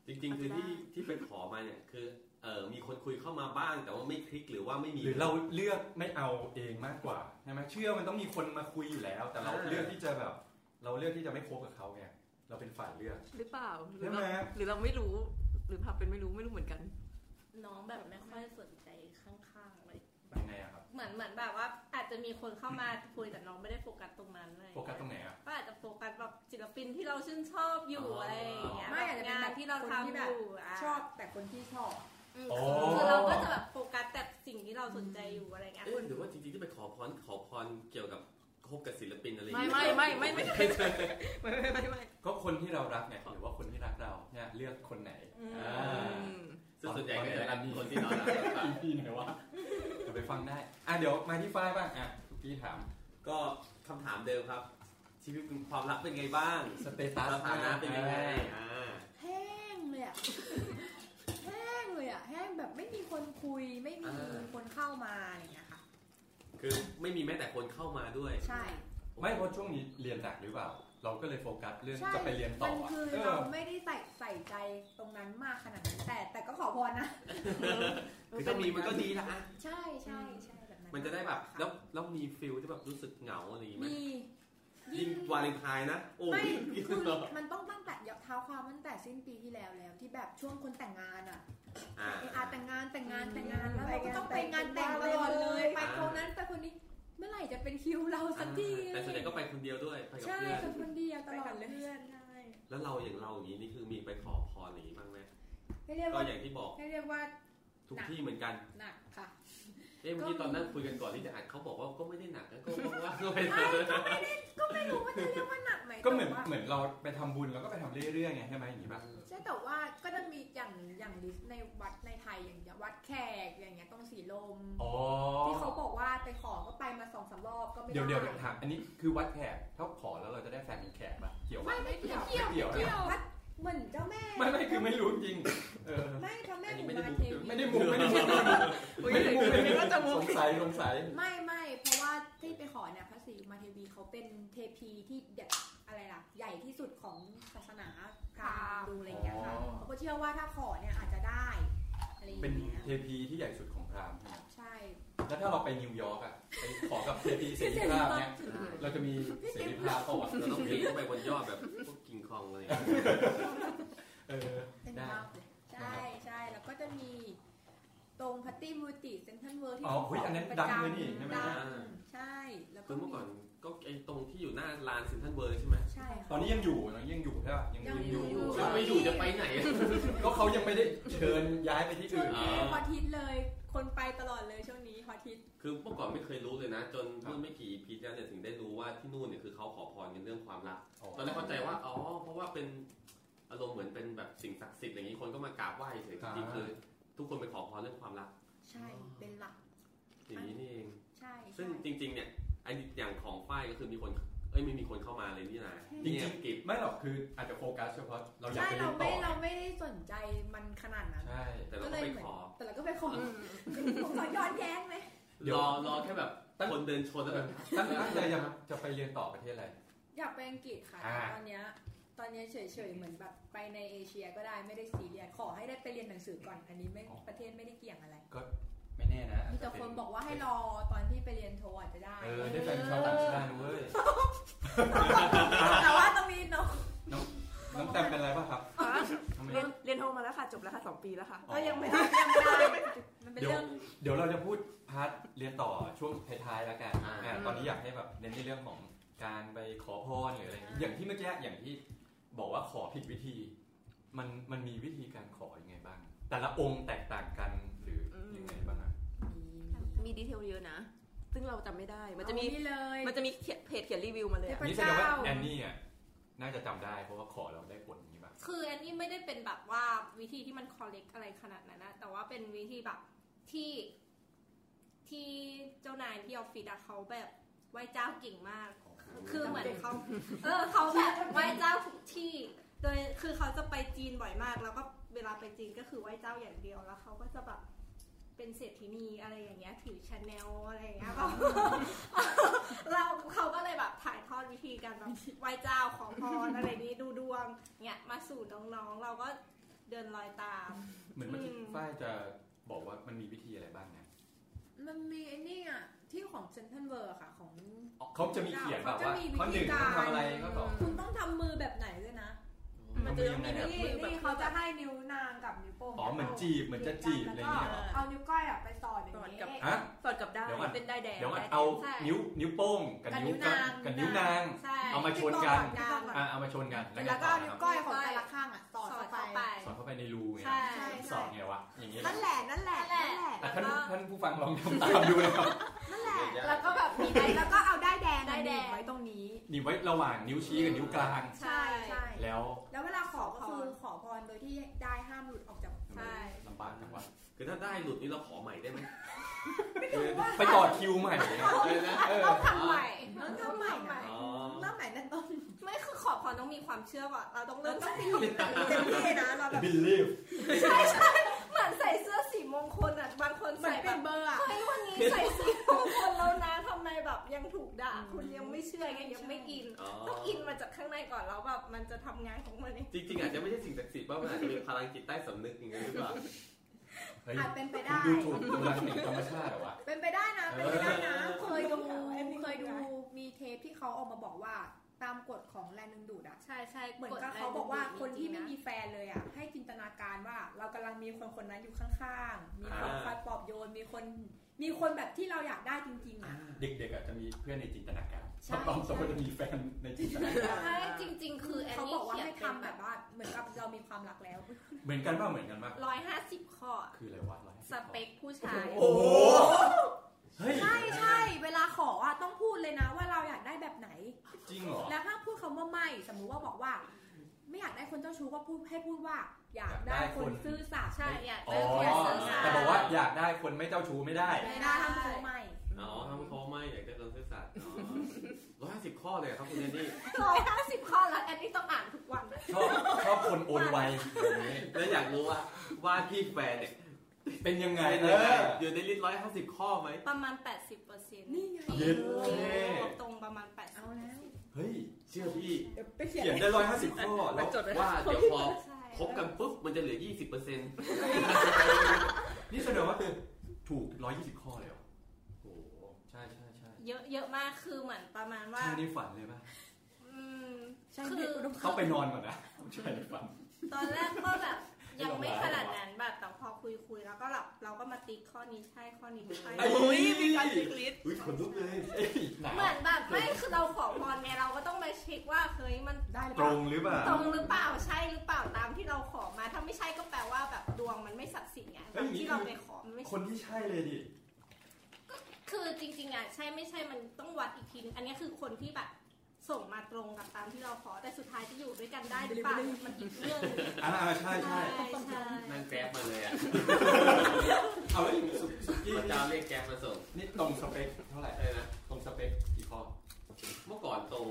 [SPEAKER 2] จริงๆ คือที่ที่ไปขอมาเนี่ยคือเออมีคนคุยเข้ามาบ้าง แต่ว่าไม่คลิกหรือว่าไม่มี
[SPEAKER 1] หรือเราเลือกไม่เอาเองมากกว่าใช่ไหมเชื่อมันต้องมีคนมาคุยอยู่แล้ว แต่เรา
[SPEAKER 2] อ่า
[SPEAKER 1] เลือกที่จะแบบ เราเลือกที่จะไม่คบกับเขาไงเราเป็นฝ่ายเลือก
[SPEAKER 4] หรือเปล่าหรื
[SPEAKER 1] ใช่
[SPEAKER 4] อ
[SPEAKER 1] ไหม
[SPEAKER 4] เราหรือเราไม่รู้หรือพับเป็นไม่รู้ไม่รู้เหมือนกัน
[SPEAKER 3] น้องแบบไม่ค่อยสนใจข้างๆเลย
[SPEAKER 1] ยังไงอะครับ
[SPEAKER 3] เหมือนเหมือนแบบว่า อาจจะมีคนเข้ามาคุยแต่น้องไม่ได้โฟกัสตรงนั้นเลย
[SPEAKER 1] โฟกัสตรงไหนอะ
[SPEAKER 3] ก็อาจจะโฟกัสแบบศิลปินที่เราชื่นชอบอยู่
[SPEAKER 2] อ๋ออ
[SPEAKER 3] อะไรอย่างเงี้ย
[SPEAKER 5] ไม่อาจจะเป็นแบ
[SPEAKER 3] งา
[SPEAKER 5] บ
[SPEAKER 3] นที่เราทำอยู่ะ
[SPEAKER 5] ชอบแต่คนที่ชอบ
[SPEAKER 3] อืมคือเราก็จะแบบโฟกัสแต่สิ่งที่เราสนใจอยู่อะไรเงี้ย
[SPEAKER 2] เอ๊ะหรือว่าจริงๆ ที่ไปขอพรขอพรเกี่ยวกับคบกับศิลปินอะไรอย่าง
[SPEAKER 4] ไม่
[SPEAKER 2] เงี้ย
[SPEAKER 4] ไม่ไม่ไม่ไม่ไม่ไม่ไม่ไม่ไม่
[SPEAKER 1] ก็คนที่เรารักไงหรือว่าคนที่รักเราเนี่ยเลือกคนไหน
[SPEAKER 2] อ่
[SPEAKER 1] อื
[SPEAKER 2] า
[SPEAKER 4] อืม
[SPEAKER 2] ซึ่งส่วนใหญ่ก็จะรับคนที่เรารัก
[SPEAKER 1] อีพีไหนวะจะไปฟังได้ อ่ะเดี๋ยวมาที่ฝ้ายบ้างอ่ะพี่ถาม
[SPEAKER 2] ก็คำถามเดิมครับ ชีวิตความรักเป็นไงบ้าง
[SPEAKER 1] สเตตัส
[SPEAKER 2] สถานะเป็นยังไงอ่า
[SPEAKER 5] แห้งเลยอะ แห้งเลยอะแห้งแบบไม่มีคนคุยไม่มี
[SPEAKER 2] อ่า
[SPEAKER 5] คนเข้ามาอะไรอย่างเงี้ยค่ะ
[SPEAKER 2] คือไม่มีแม้แต่คนเข้ามาด้วย
[SPEAKER 5] ใช่
[SPEAKER 1] ไม่เพราะช่วงนี้เรียนหนักหรือเปล่า เราก็เลยโฟกัสเรื่อง
[SPEAKER 5] ใช่
[SPEAKER 1] จะไปเรียนต่
[SPEAKER 5] มั
[SPEAKER 1] อน อะ
[SPEAKER 5] คือ
[SPEAKER 1] เอ
[SPEAKER 5] เรา
[SPEAKER 1] อ
[SPEAKER 5] ไม่ได้ใส่ใส่ใจตรงนั้นมากขนาดนั้นแต่แต่ก็ขอพรนะ
[SPEAKER 2] คือถ้ามีมันก็ดีนะอ่ะ
[SPEAKER 5] ใช่ใช่ใช่แบบนั้น
[SPEAKER 2] มันจะได้แบบแล้วแล้วมีฟิลที่แบบรู้สึกเหงาอะไรอย่างงี้ไหม
[SPEAKER 5] มี
[SPEAKER 2] ยิ่งวาเลนไทน์นะ โอ้
[SPEAKER 5] ไม่
[SPEAKER 2] ย
[SPEAKER 5] คือ มันต้องตั้งแต่ยกเท้าความตั้งแต่สิ้นปีที่แล้วแล้ว ที่แบบช่วงคนแต่งงานอะ
[SPEAKER 2] อ่า
[SPEAKER 5] เออาแต่งงานแต่งงานแต่งงานแล้วเราก็ต้องไปงาง
[SPEAKER 6] ไปาน นแต่
[SPEAKER 5] แต่
[SPEAKER 6] ง
[SPEAKER 5] งตลอดเลยไป
[SPEAKER 2] อ่า
[SPEAKER 5] คนนั้นไปคนนี้เมื่อไหร่จะเป็นคิวเราสักที
[SPEAKER 2] แต่ส่วนใหญ่ก็ไปคนเดียวด้วยไปกับ
[SPEAKER 5] ใช่
[SPEAKER 2] เพื่อน
[SPEAKER 5] เป็นคนเดียวตลอดเลย
[SPEAKER 6] ใช่
[SPEAKER 2] แล้วเราอย่างเราอย่างนี้นี่คือมีไปขอพรอะไรอย่างนี้บ้างไหม
[SPEAKER 5] ให้เรียก
[SPEAKER 2] ก็
[SPEAKER 5] ว่า
[SPEAKER 2] อย่างที่บอก
[SPEAKER 5] ให้เรียกว่า
[SPEAKER 2] ทุกที่เหมือนกัน
[SPEAKER 5] หนักค่ะ
[SPEAKER 2] เอ้เมื่อกี้ตอนนั่งคุยกันก่อนที่จะอัดเขาบอกว่าก็ไม่ได้หนักนะก็ว่าก็ไป
[SPEAKER 5] ไม่ก็ไม่ได้ก็ไม่รู้ว่าจะเรียกว่าหนักไหม
[SPEAKER 1] ก็เหมือน
[SPEAKER 5] แต่ว่า
[SPEAKER 1] เหมือนเราไปทำบุญเราก็ไปทำเรื่อยๆไงใช่ไหมอย่างนี้ป่ะ
[SPEAKER 5] ใช่แต่ว่าก็จะมีอย่างอย่างลิสต์ในวัดในไทยอย่างเงี้ยวัดแขกอย่างเงี้ยต้องสีลม
[SPEAKER 1] อ๋อ
[SPEAKER 5] ที่เขาบอกว่าไปขอก็ไปมาสองสามรอบก็ไม่
[SPEAKER 1] เดี๋ยว
[SPEAKER 5] ไ
[SPEAKER 1] เดี๋ยวเดี๋ยวถามอันนี้คือวัดแขกถ้าขอแล้วเราจะได้แฟนเป็นแขกป่ะเกี่ยว
[SPEAKER 5] ไม่
[SPEAKER 1] ป่ะ
[SPEAKER 5] ไม่เกี่ยวเกี่ยว
[SPEAKER 1] ไม่เกี่ยวนะ
[SPEAKER 5] เกี่ยววัดเหมือนเจ้าแม่
[SPEAKER 1] ไม่ไม่คือไม่รู้จริง เออ
[SPEAKER 5] ไม่เจ้าแม่
[SPEAKER 2] อัน
[SPEAKER 5] ห
[SPEAKER 2] นี้
[SPEAKER 5] มู่
[SPEAKER 2] ไม่ได้
[SPEAKER 5] มา
[SPEAKER 2] บุก
[SPEAKER 5] เท
[SPEAKER 1] ไม่
[SPEAKER 5] วี
[SPEAKER 1] ได้มูไม่ได้มูไม่ได้มู
[SPEAKER 4] อุ้ยเดี๋ยวเดี๋ยวก็จะมุ
[SPEAKER 1] ส
[SPEAKER 4] ก
[SPEAKER 1] งสัยสงสัย
[SPEAKER 5] ไม่ไม่เพราะว่าที่ไปขอเนี่ยพระศรีอุมาเทวีเขาเป็นเทพีที่แบบอะไรล่ะใหญ่ที่สุดของศาสนาพราหมณ์ดูอะไรอย่างเงี้ยค่ะเขาก็เชื่อว่าถ้าขอเนี่ยอาจจะได้อะไรอย่าง
[SPEAKER 1] เป็น
[SPEAKER 5] เงี้ย
[SPEAKER 1] เทพีที่ใหญ่สุดของพราหมณ์ใช่ไหม
[SPEAKER 5] ใช่
[SPEAKER 1] แล้วถ้าเราไปนิวยอร์กอะไปขอกับเทพีเสรีภาพเนี่ย เราจะมีเสรีภาพเปล่าวะ
[SPEAKER 2] เราต้องปีนขึ้นไปบนยอดแบบพวกกิงคองอะไรอย่างเงี้ย
[SPEAKER 1] เออ
[SPEAKER 5] เป็น
[SPEAKER 1] ได้
[SPEAKER 5] ภาพเลยใช่ใช่แล้วก็จะมีตรงพัตตี้มูติเซนทันเวิร์ที่
[SPEAKER 1] อ๋อเฮ้ยอันนั้นดังเลยนี่ใช่ไหม
[SPEAKER 5] ดังใช่แล้วก็
[SPEAKER 2] คือเมื่อ
[SPEAKER 5] มี
[SPEAKER 2] ก่อนก็ไอ้ตรงที่อยู่หน้าลานเซ็นทรัลเวิร์ใช่ไหม
[SPEAKER 5] ใช่ค่ะ
[SPEAKER 1] ตอนนี้ยังอยู่นะยังอยู่ใช่ป่ะยัง
[SPEAKER 5] ยังอยู่
[SPEAKER 2] ถ้าไม่อยู่จะไปไหนอะ
[SPEAKER 1] ก็เขายังไม่ได้เชิญย้ายไปที่
[SPEAKER 5] ช่ว
[SPEAKER 1] อื่
[SPEAKER 5] ง
[SPEAKER 1] น
[SPEAKER 5] นี้
[SPEAKER 2] อ่า
[SPEAKER 5] ฮอตฮิตเลย คนไปตลอดเลยช่วงนี้ฮอตฮิต
[SPEAKER 2] คือเมื่อก่อนไม่เคยรู้เลยนะ จนเมื่อไม่กี่ปีที่แล้วเนี่ยถึงได้รู้ว่าที่นู่นเนี่ยคือเขาขอพรกันเรื่องความรักตอนแรกเข้าใจว่าอ๋อเพราะว่าเป็นอารมณ์เหมือนเป็นแบบสิ่งศักดิ์สิทธิ์อย่างนี้คนก็มากราบไหว้เฉยๆจ
[SPEAKER 1] อ่า
[SPEAKER 2] ริงๆคือทุกคนไปขอพรเรื่องความรัก
[SPEAKER 5] ใช่เป็นหลัก
[SPEAKER 2] อย่างนี้นี่เอง
[SPEAKER 5] ใช่
[SPEAKER 2] ซึ่
[SPEAKER 5] ใช่
[SPEAKER 2] งจริง ๆ เนี่ยไออย่างของฝ้ายก็คือมีคนเอ้ยไม่มีคนเข้ามาเลยนี่นะ
[SPEAKER 1] จริงๆ
[SPEAKER 2] เงียบกริบ
[SPEAKER 1] ไม่หรอกคืออาจจะโฟกัสเฉพาะเราอยาก
[SPEAKER 5] ใช่
[SPEAKER 1] ไปเรี
[SPEAKER 5] เรา
[SPEAKER 1] ยนต่
[SPEAKER 5] ไม่
[SPEAKER 1] อ
[SPEAKER 5] เราไม่ได้สนใจมันขนาดนั้น
[SPEAKER 1] ใช่
[SPEAKER 2] แต่เราก็ไปขอ
[SPEAKER 5] แต่เราก็ไปขอ
[SPEAKER 4] อืม
[SPEAKER 5] ผมขอย้อนแย้งไหม
[SPEAKER 1] เดี๋ย
[SPEAKER 2] รอ
[SPEAKER 1] ว
[SPEAKER 2] รอแค่แบบคนเดินชนแล้วแบบ
[SPEAKER 1] ตั้งตั้งใจจะจะไปเรียนต่อประเทศอะไร
[SPEAKER 5] อยากไปอังกฤษค่ะ
[SPEAKER 1] อ่า
[SPEAKER 5] ตอนเนี้ยตอนเนี้ยเฉยๆเหมือนแบบไปในเอเชียก็ได้ไม่ได้ซีเรียสขอให้ได้ไปเรียนหนังสือก่อนอันนี้ไม่ประเทศไม่ได้เกี่ยงอะไร
[SPEAKER 1] ไม่แน่นะ
[SPEAKER 5] มีแต่คนบอกว่าให้รอตอนที่ไปเรียนโทอาจจะได้
[SPEAKER 1] เออได้แฟนชาวต่างชาติเว้ย
[SPEAKER 5] แต่ว่าต้องมีเนาะ
[SPEAKER 1] น้องแต้มเป็นอะไรป่ะครับทำไม
[SPEAKER 4] เรียนเรียนโทมาแล้วค่ะจบแล้วค่ะสองปีแล้วค่ะ
[SPEAKER 1] อ๋อ
[SPEAKER 5] ก็ยังไม่ได้ยังไม่ได้มันเป็น
[SPEAKER 1] เดี๋ยว
[SPEAKER 5] เรื่อง
[SPEAKER 1] เดี๋ยวเราจะพูดพาร์ทเรียนต่อช่วงท้ายๆแล้วกันอ่าตอนนี้อยากให้แบบเน้นในเรื่องของ การไปขอพรหรืออะไรอย่างนี้อย่างที่เมื่อกี้อย่างที่บอกว่าขอผิดวิธี มันมันมีวิธีการขออยังไงบ้าง แต่ละองค์แตกต่างกันหรือยังไงบ้างอะ
[SPEAKER 4] มีดีเทลเยอะนะ ซึ่งเราจำไม่ได้ มันจะมี
[SPEAKER 5] เอานี่เลย
[SPEAKER 4] มันจะมีเขียนเพจเขียนรีวิวมาเลยอะ
[SPEAKER 5] พระ
[SPEAKER 1] นี่แสดงว่า
[SPEAKER 5] เจ้า
[SPEAKER 1] แอนนี่อ่ะน่าจะจำได้เพราะว่าขอเราได้ผลอย่างนี้ป่ะ
[SPEAKER 3] คืออันนี้ไม่ได้เป็นแบบว่าวิธีที่มันคอลเลกอะไรขนาดนั้นนะแต่ว่าเป็นวิธีแบบที่ที่เจ้านายที่ออฟฟิศอะเขาแบบไหว้เจ้าเก่งมาก คือเหมือนเขาเออเขาแบบไหว้เจ้าทุกที่ โดยคือเขาจะไปจีนบ่อยมาก แล้วก็เวลาไปจีนก็คือไหว้เจ้าอย่างเดียวแล้วเขาก็จะแบบเป็นเศรษฐินีอะไรอย่างเงี้ยถือชาแนลอะไรอย่างเงี้ย แบบเราเขาก็เลยแบบถ่ายทอดวิธีการแบบไหว้เจ้าขอพรอะไรนี้ดูดวงเนี่ยมาสู่น้องๆ เราก็เดินรอยตาม
[SPEAKER 1] เหมือนเมื่อกี้
[SPEAKER 3] อืม
[SPEAKER 1] ฝ้ายจะบอกว่ามันมีวิธีอะไรบ้างนะ
[SPEAKER 5] มันมีไอ้นี่อ่ะที่ของเซนทันเวอร์ค่ะของ
[SPEAKER 1] เขาจะมีเขียนแบบว่า
[SPEAKER 5] เขาจะมีวิธี
[SPEAKER 1] ข้อหนึ่ง
[SPEAKER 5] กา
[SPEAKER 1] ต้อง
[SPEAKER 5] ร
[SPEAKER 1] ทำอะไรข้อสอง
[SPEAKER 5] คุณต้องทำมือแบบไหนด้วยนะ
[SPEAKER 1] มันจะยังไงครับ
[SPEAKER 5] นี่นี่เขาจะให้นิ้วนางกับนิ้วโป้ง
[SPEAKER 1] อ๋อเหมือนจีบเหมือนจะจีบอะไรอย่างเงี้ยเหรอ
[SPEAKER 5] เอานิ้วก้อยอ่ะไปสอดอย่าง
[SPEAKER 4] สอด
[SPEAKER 5] นี้
[SPEAKER 4] กับ
[SPEAKER 1] ฮะ
[SPEAKER 4] สอดกับได้
[SPEAKER 1] เดี๋ยวก่อน
[SPEAKER 4] เป็นได้ายแดง
[SPEAKER 1] เดี๋ยวก่อน
[SPEAKER 4] ด้ายแดง
[SPEAKER 1] เอา
[SPEAKER 3] ใช่
[SPEAKER 1] นิ้วนิ้วโป้งกับนิ้วกลางกับนิ้วนาง
[SPEAKER 3] ใช่
[SPEAKER 1] เอามาชนกัน
[SPEAKER 5] ที่ต้องแบบ
[SPEAKER 1] อ่ะเอามาชนกัน
[SPEAKER 5] เสร็จ
[SPEAKER 1] ไง
[SPEAKER 5] แล้วก็
[SPEAKER 1] ต่
[SPEAKER 5] เอา
[SPEAKER 1] อ
[SPEAKER 5] นิ้
[SPEAKER 1] คว รับ
[SPEAKER 5] ก้อยของแต่ละข้างอ่ะส
[SPEAKER 3] ส
[SPEAKER 5] อ
[SPEAKER 3] อด
[SPEAKER 5] ดเข้าไป
[SPEAKER 1] ส
[SPEAKER 3] เข้าไป
[SPEAKER 1] อดเข้าไปในรูไง
[SPEAKER 3] ใช่
[SPEAKER 1] สอด
[SPEAKER 3] ใช่
[SPEAKER 1] ไงวะอย่างนี้เหรอ
[SPEAKER 5] นั่นแหละนั่นแหละ
[SPEAKER 3] นั่นแหละ
[SPEAKER 1] อ่ะท่านท่านผู้ฟังลองทำตามดูนะครับ
[SPEAKER 5] นั่นแหละ
[SPEAKER 2] เดี๋ยว
[SPEAKER 5] แล้วก็แบบมีได้แล้วก็เอาได้ายแดง
[SPEAKER 3] ด้ายแดง
[SPEAKER 5] หนีบไว้ตรงนี้
[SPEAKER 1] นี่ไว้ระหว่างนิ้วชี้กับนิ้วกลาง
[SPEAKER 3] ใช่ใช่
[SPEAKER 1] แล้ว
[SPEAKER 5] แล้วเวลาขอก็คือขอพรโดยที่ได้ห้ามหลุดออกจาก
[SPEAKER 3] ใช่
[SPEAKER 1] ลำบากจังวะ
[SPEAKER 2] คือถ้าได้หลุดนี่เราขอใหม่ได้ไหม
[SPEAKER 1] ไปต่อคิวใหม่นะ
[SPEAKER 2] เลยนะ
[SPEAKER 1] เออ
[SPEAKER 3] ต้องทำใหม่
[SPEAKER 5] ต้องทำใหม่ใหม่
[SPEAKER 2] อ๋อ
[SPEAKER 5] เริ่มใหม่นั่นต้น
[SPEAKER 3] ไม่คือขอพรต้องมีความเชื่อก่อนเราต้อง
[SPEAKER 5] เรา
[SPEAKER 3] เริ่ม
[SPEAKER 5] ต้
[SPEAKER 3] จา
[SPEAKER 5] อก งมีเต็มที่นะเราแบบ
[SPEAKER 1] believe
[SPEAKER 3] เหมือนใส่เสื้อสีมงคลอ่ะบางคน
[SPEAKER 5] เหมือ
[SPEAKER 3] ใส่
[SPEAKER 5] น
[SPEAKER 3] แบ
[SPEAKER 5] เป็น
[SPEAKER 3] บ
[SPEAKER 5] เบอร์อ่ะ
[SPEAKER 3] เฮ้ยวันนี้ใส่สีมงคลแล้วนะทำไมแบบยังถูกด่าคุณยังไม่เชื่อไงยังไม่อิน
[SPEAKER 2] อ๋อ
[SPEAKER 3] ต้องอินมาจากข้างในก่อนแล้วแบบมันจะทำงานของมันเอง
[SPEAKER 2] จริงๆ อาจจะไม่ใช่สิ่งศักดิ์สิทธิ์ว่ามันอาจจะมีพลังจิตใต้สำนึกอย่างนี้นหรือเปล่า
[SPEAKER 1] เฮ้ย
[SPEAKER 5] อาจเป็นไป
[SPEAKER 1] คุณ
[SPEAKER 5] ได้
[SPEAKER 1] ดูถูกกำลังหนีธรรมชาติเหรอวะ
[SPEAKER 5] เป็นไปได้นะ
[SPEAKER 1] เอ
[SPEAKER 5] เป็น
[SPEAKER 1] อ
[SPEAKER 5] ไปได้นะ
[SPEAKER 2] เออ
[SPEAKER 5] เคยดู
[SPEAKER 3] เค
[SPEAKER 5] เค
[SPEAKER 3] ย
[SPEAKER 5] ย
[SPEAKER 3] ดู
[SPEAKER 5] ดู มีเทปที่เขาออกมาบอกว่า ตามกฎของแรงดึงดูดอ่ะ
[SPEAKER 3] ใช่ใช่
[SPEAKER 5] เหมือนกับเขาบอกว่าคนที่ไม่มีแฟนเลยอ่ะ ให้จินตนาการว่าเรากำลังมีคนคนนั้นอยู่ข้างๆ มีคน
[SPEAKER 2] อ่า
[SPEAKER 5] คอยปลอบโยน มีคน มีคนแบบที่เราอยากได้จริงๆอ่ะ
[SPEAKER 1] เด็กๆอ่ะจะมีเพื่อนในจินตนาการ
[SPEAKER 5] ใช่
[SPEAKER 1] บางคนก็จะมีแฟนในจินตนาการ
[SPEAKER 3] ใช่จริง ๆ คือแอน
[SPEAKER 5] เขา
[SPEAKER 3] นี่
[SPEAKER 5] บอกว่า
[SPEAKER 3] เขียน
[SPEAKER 5] ให้
[SPEAKER 3] เป็น
[SPEAKER 5] ทำ
[SPEAKER 3] แบ
[SPEAKER 5] แบบ บว่า เหมือนกับเรามีความรักแล้ว
[SPEAKER 1] เหมือนกันป่ะเหมือนกันป่ะ
[SPEAKER 3] ร้อยห้าสิบข้อ
[SPEAKER 1] คืออะไรวะร้อยห้า
[SPEAKER 3] ส
[SPEAKER 1] บ
[SPEAKER 3] เปคผู้ชาย
[SPEAKER 1] โอ้โหเฮ้ย
[SPEAKER 5] ใช่ใช่เวลาขออ่ะต้องพูดเลยนะว่าเราอยากได้แบบไหน
[SPEAKER 1] จริงเหรอ
[SPEAKER 5] แล้วถ้าพูดคำว่าไม่ สมมุติว่าบอกว่า ไม่อยากได้คนเจ้าชู้ก็พูดให้พูดว่า อยาก
[SPEAKER 1] อ
[SPEAKER 5] ได้
[SPEAKER 1] ยากได้
[SPEAKER 5] ค
[SPEAKER 1] คน
[SPEAKER 5] นซื่อสัตย์
[SPEAKER 3] ใช่อยาก
[SPEAKER 1] อ๋อ
[SPEAKER 3] ได้คนซื่อสัต
[SPEAKER 1] แต่บอก
[SPEAKER 3] ย์
[SPEAKER 1] ว่าอยากได้คนไม่เจ้าชู้ไม่ได้
[SPEAKER 3] ไม่
[SPEAKER 5] ไม่
[SPEAKER 3] ได้
[SPEAKER 5] ได้ทำเขาไม่
[SPEAKER 2] อ๋อทำเขาไม่อยากได้คนซื่อสัตย์ร้อยห้าสิบข้อเลยครับคุณแอนนี่
[SPEAKER 3] ร้อยห้าสิบข้อแล้วแอนนี่ต้องอ่านทุกวัน
[SPEAKER 1] ชอบชอบคนโอนไวอย่างนี้
[SPEAKER 2] แล้วอยากรู้ว่าว่าที่แฟนเนี่ย
[SPEAKER 1] เป็นยังไง
[SPEAKER 2] เป็นยัง
[SPEAKER 1] เอ
[SPEAKER 2] ไง
[SPEAKER 1] อ
[SPEAKER 2] อยู่ในลิสต์ร้อยห้าสิบข้อไหม
[SPEAKER 3] ประมาณ 80เปอร์เซ็นต์
[SPEAKER 5] นี่ไง
[SPEAKER 1] เย็ด
[SPEAKER 5] เอ
[SPEAKER 1] ท่
[SPEAKER 5] อ
[SPEAKER 3] ตรงประมาณ80
[SPEAKER 5] เอาแล้ว
[SPEAKER 1] เฮ้ย
[SPEAKER 2] เชื่อพี่
[SPEAKER 5] เดี๋ยวไปเขียน
[SPEAKER 1] เขียนได้ร้อยห้าสิบข้อ
[SPEAKER 4] มั
[SPEAKER 1] แล้ว
[SPEAKER 4] นจดไว้
[SPEAKER 2] ว่าเดี๋ยวพอ
[SPEAKER 3] ใช่
[SPEAKER 2] คบกันปุ๊บมันจะเหลือยี่สิบเปอร์เซ็นต์
[SPEAKER 1] นี่แสดงว่าคือถูกร้อยยี่สิบข้อเลยเหรอ
[SPEAKER 2] โอ้โห
[SPEAKER 1] ใช่ใช่ใช่
[SPEAKER 3] เยอะเยอะมากคือเหมือนประมาณว่า
[SPEAKER 1] ใช่ในฝันเลยป่ะ
[SPEAKER 3] อืม
[SPEAKER 5] ใช่
[SPEAKER 3] คือ
[SPEAKER 5] อุดม
[SPEAKER 1] เข้าไปนอนก่อนนะใช่ในฝัน
[SPEAKER 3] ตอนแรกก็แบบ ยังไม่
[SPEAKER 1] ไม่ลงราย
[SPEAKER 3] ขนาดนั้นแบบแต่พอคุยคุยๆแล้วก็แบบเราก็มาติ๊กข้อนี้ใช่ข้อนี้ใช่
[SPEAKER 1] ไอ้
[SPEAKER 4] อุ้ยมีการจิกลิส
[SPEAKER 2] อุ้ยขนลุกเลย
[SPEAKER 1] เอ้ยหนาว
[SPEAKER 3] เหมือนแบบไม่คือเราขอพรไงเราก็ต้องไปเช็คว่าเฮ้ยมัน
[SPEAKER 5] ได้หรื
[SPEAKER 1] ต
[SPEAKER 5] อเป
[SPEAKER 1] ร
[SPEAKER 5] ล่าง
[SPEAKER 1] หรือเปล่า
[SPEAKER 3] ตรงหรือเปล่าใช่หรือเปล่าตามที่เราขอมาถ้าไม่ใช่ก็แปลว่าแบบดวงมันไม่ศักดิ์สิทธิ์ไงแบบที่เราไปขอมันไม่ใช่
[SPEAKER 1] คนที่ใช่เลยดิ
[SPEAKER 3] คือจริงๆอ่ะใช่ไม่ใช่มันต้องวัดอีกทีนึงอันนี้คือคนที่แบบส่งมาตรงกับตามที่เราขอแต่สุดท้ายจะอยู่ด้วยกันได้หรือเปล่ามันอีกเรื่องหนึ่ง
[SPEAKER 1] อ่าใช่ใช่
[SPEAKER 3] ใช่
[SPEAKER 2] นั่งแกร็บมาเลย อ่ะ
[SPEAKER 1] เอาแล้วอย่างสุสุกี้
[SPEAKER 2] พระเจ้าเรียกแกร็บมาส่ง
[SPEAKER 1] นี่ตรงสเปคเท่าไหร่
[SPEAKER 2] ใช่นะ
[SPEAKER 1] ตรงสเปคกี่ข้อ
[SPEAKER 2] เมื่อก่อนตรง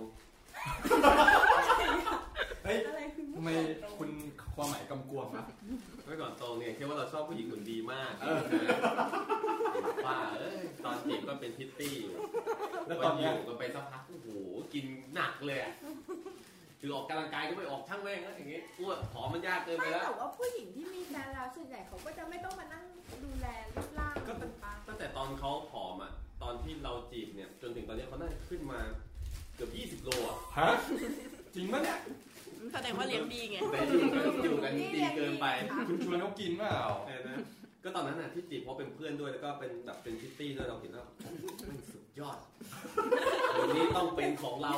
[SPEAKER 1] เฮ้ย
[SPEAKER 5] อะไรคือ
[SPEAKER 1] ทำไมคุณความหมายกำกวม อะ
[SPEAKER 2] เมื่อก่อนตรงเนี่ยคิดว่าเราชอบผู้หญิงหุ่นดีมาก
[SPEAKER 1] เออ
[SPEAKER 2] ป้าเอ้ยตอนจีบก็เป็นพิตตี้อยู่
[SPEAKER 1] แล้วตอนเนี้ย
[SPEAKER 2] ยู่กันไปสักพักโอ้โหกินหนักเลยอะคือออกกำลังกายก็ไม่ออกช่างแม่งแล้วอย่างเงี้ยอ้วนผอมมันยากเกินไป
[SPEAKER 5] ไม่
[SPEAKER 2] แล้ว
[SPEAKER 5] แต่ว่าผู้หญิงที่มีแฟนแล้วส่วนใหญ่เขาก็จะไม่ต้องมานั่งดูแลรูปร่าง
[SPEAKER 2] ก็
[SPEAKER 5] ถูปะ
[SPEAKER 2] ตั้งแต่ตอนเขาผอมอ่ะ ตอนที่เราจีบเนี่ย จนถึงตอนเนี้ยเขาน่าจะขึ้นมาเกือบ20 โลอ่ะ
[SPEAKER 1] ฮะจริงปะเนี่ย
[SPEAKER 4] แสดงว่าเลี้ยงดีไง
[SPEAKER 2] แต่อยู่กันอยู่กันดีเกินไป
[SPEAKER 1] คุณชวนเขากินเปล่า
[SPEAKER 2] เออนะก็ ก็ตอนนั้นน่ะที่จีบเพราะเป็นเพื่อนด้วยแล้วก็เป็นแบบเป็นพิตตี้ด้วยเราเห็นว่ามันสุดยอดวันนี้ต้องเป็นของเรา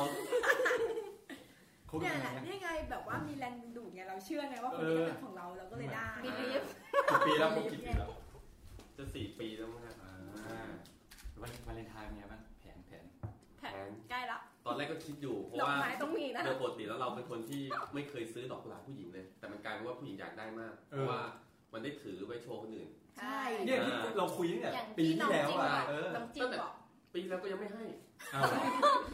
[SPEAKER 1] เขาเป็น
[SPEAKER 5] เนี่ย
[SPEAKER 1] ยังไงอะ
[SPEAKER 5] แหละนี่ไงแบบว่ามีแรงดูดไงเราเชื่อไงว่าคนนี้เป็นของเราเราก็เลยได้
[SPEAKER 3] มีบีฟ
[SPEAKER 1] กี่ปีแล้วเขากี่ปีแล้ว
[SPEAKER 2] จะสี่ปีแล้วมั้งครับ
[SPEAKER 1] อ่าวันวาเลนไทน์มีอะไรบ้างแผนแผน
[SPEAKER 3] แผนใกล้ละ
[SPEAKER 2] ตอนแรกก็คิดอยู่เพราะ
[SPEAKER 3] ดอก
[SPEAKER 2] ว่า
[SPEAKER 3] ไม้ต้องมีนะ
[SPEAKER 2] โดยปกติแล้วเราเป็นคนที่ไม่เคยซื้อดอกกุหลาบผู้หญิงเลย แต่มันกลายเป็นว่าผู้หญิงอยากได้มากเพ
[SPEAKER 1] เออ
[SPEAKER 2] ราะว่ามันได้ถือไว้โชว์คนอื่น
[SPEAKER 3] ใช่
[SPEAKER 1] เนี่ยที่เราคุยเนี่ย
[SPEAKER 3] อย่าง
[SPEAKER 1] ปี
[SPEAKER 3] ที่น้
[SPEAKER 1] ที่
[SPEAKER 3] อง
[SPEAKER 1] แล้ว
[SPEAKER 3] จิงบ
[SPEAKER 1] อ่ะ
[SPEAKER 3] อก
[SPEAKER 1] เออ
[SPEAKER 3] น้องจิงบอก
[SPEAKER 2] ปีแล้วก็ยังไม่ให้
[SPEAKER 1] เอาเหรอ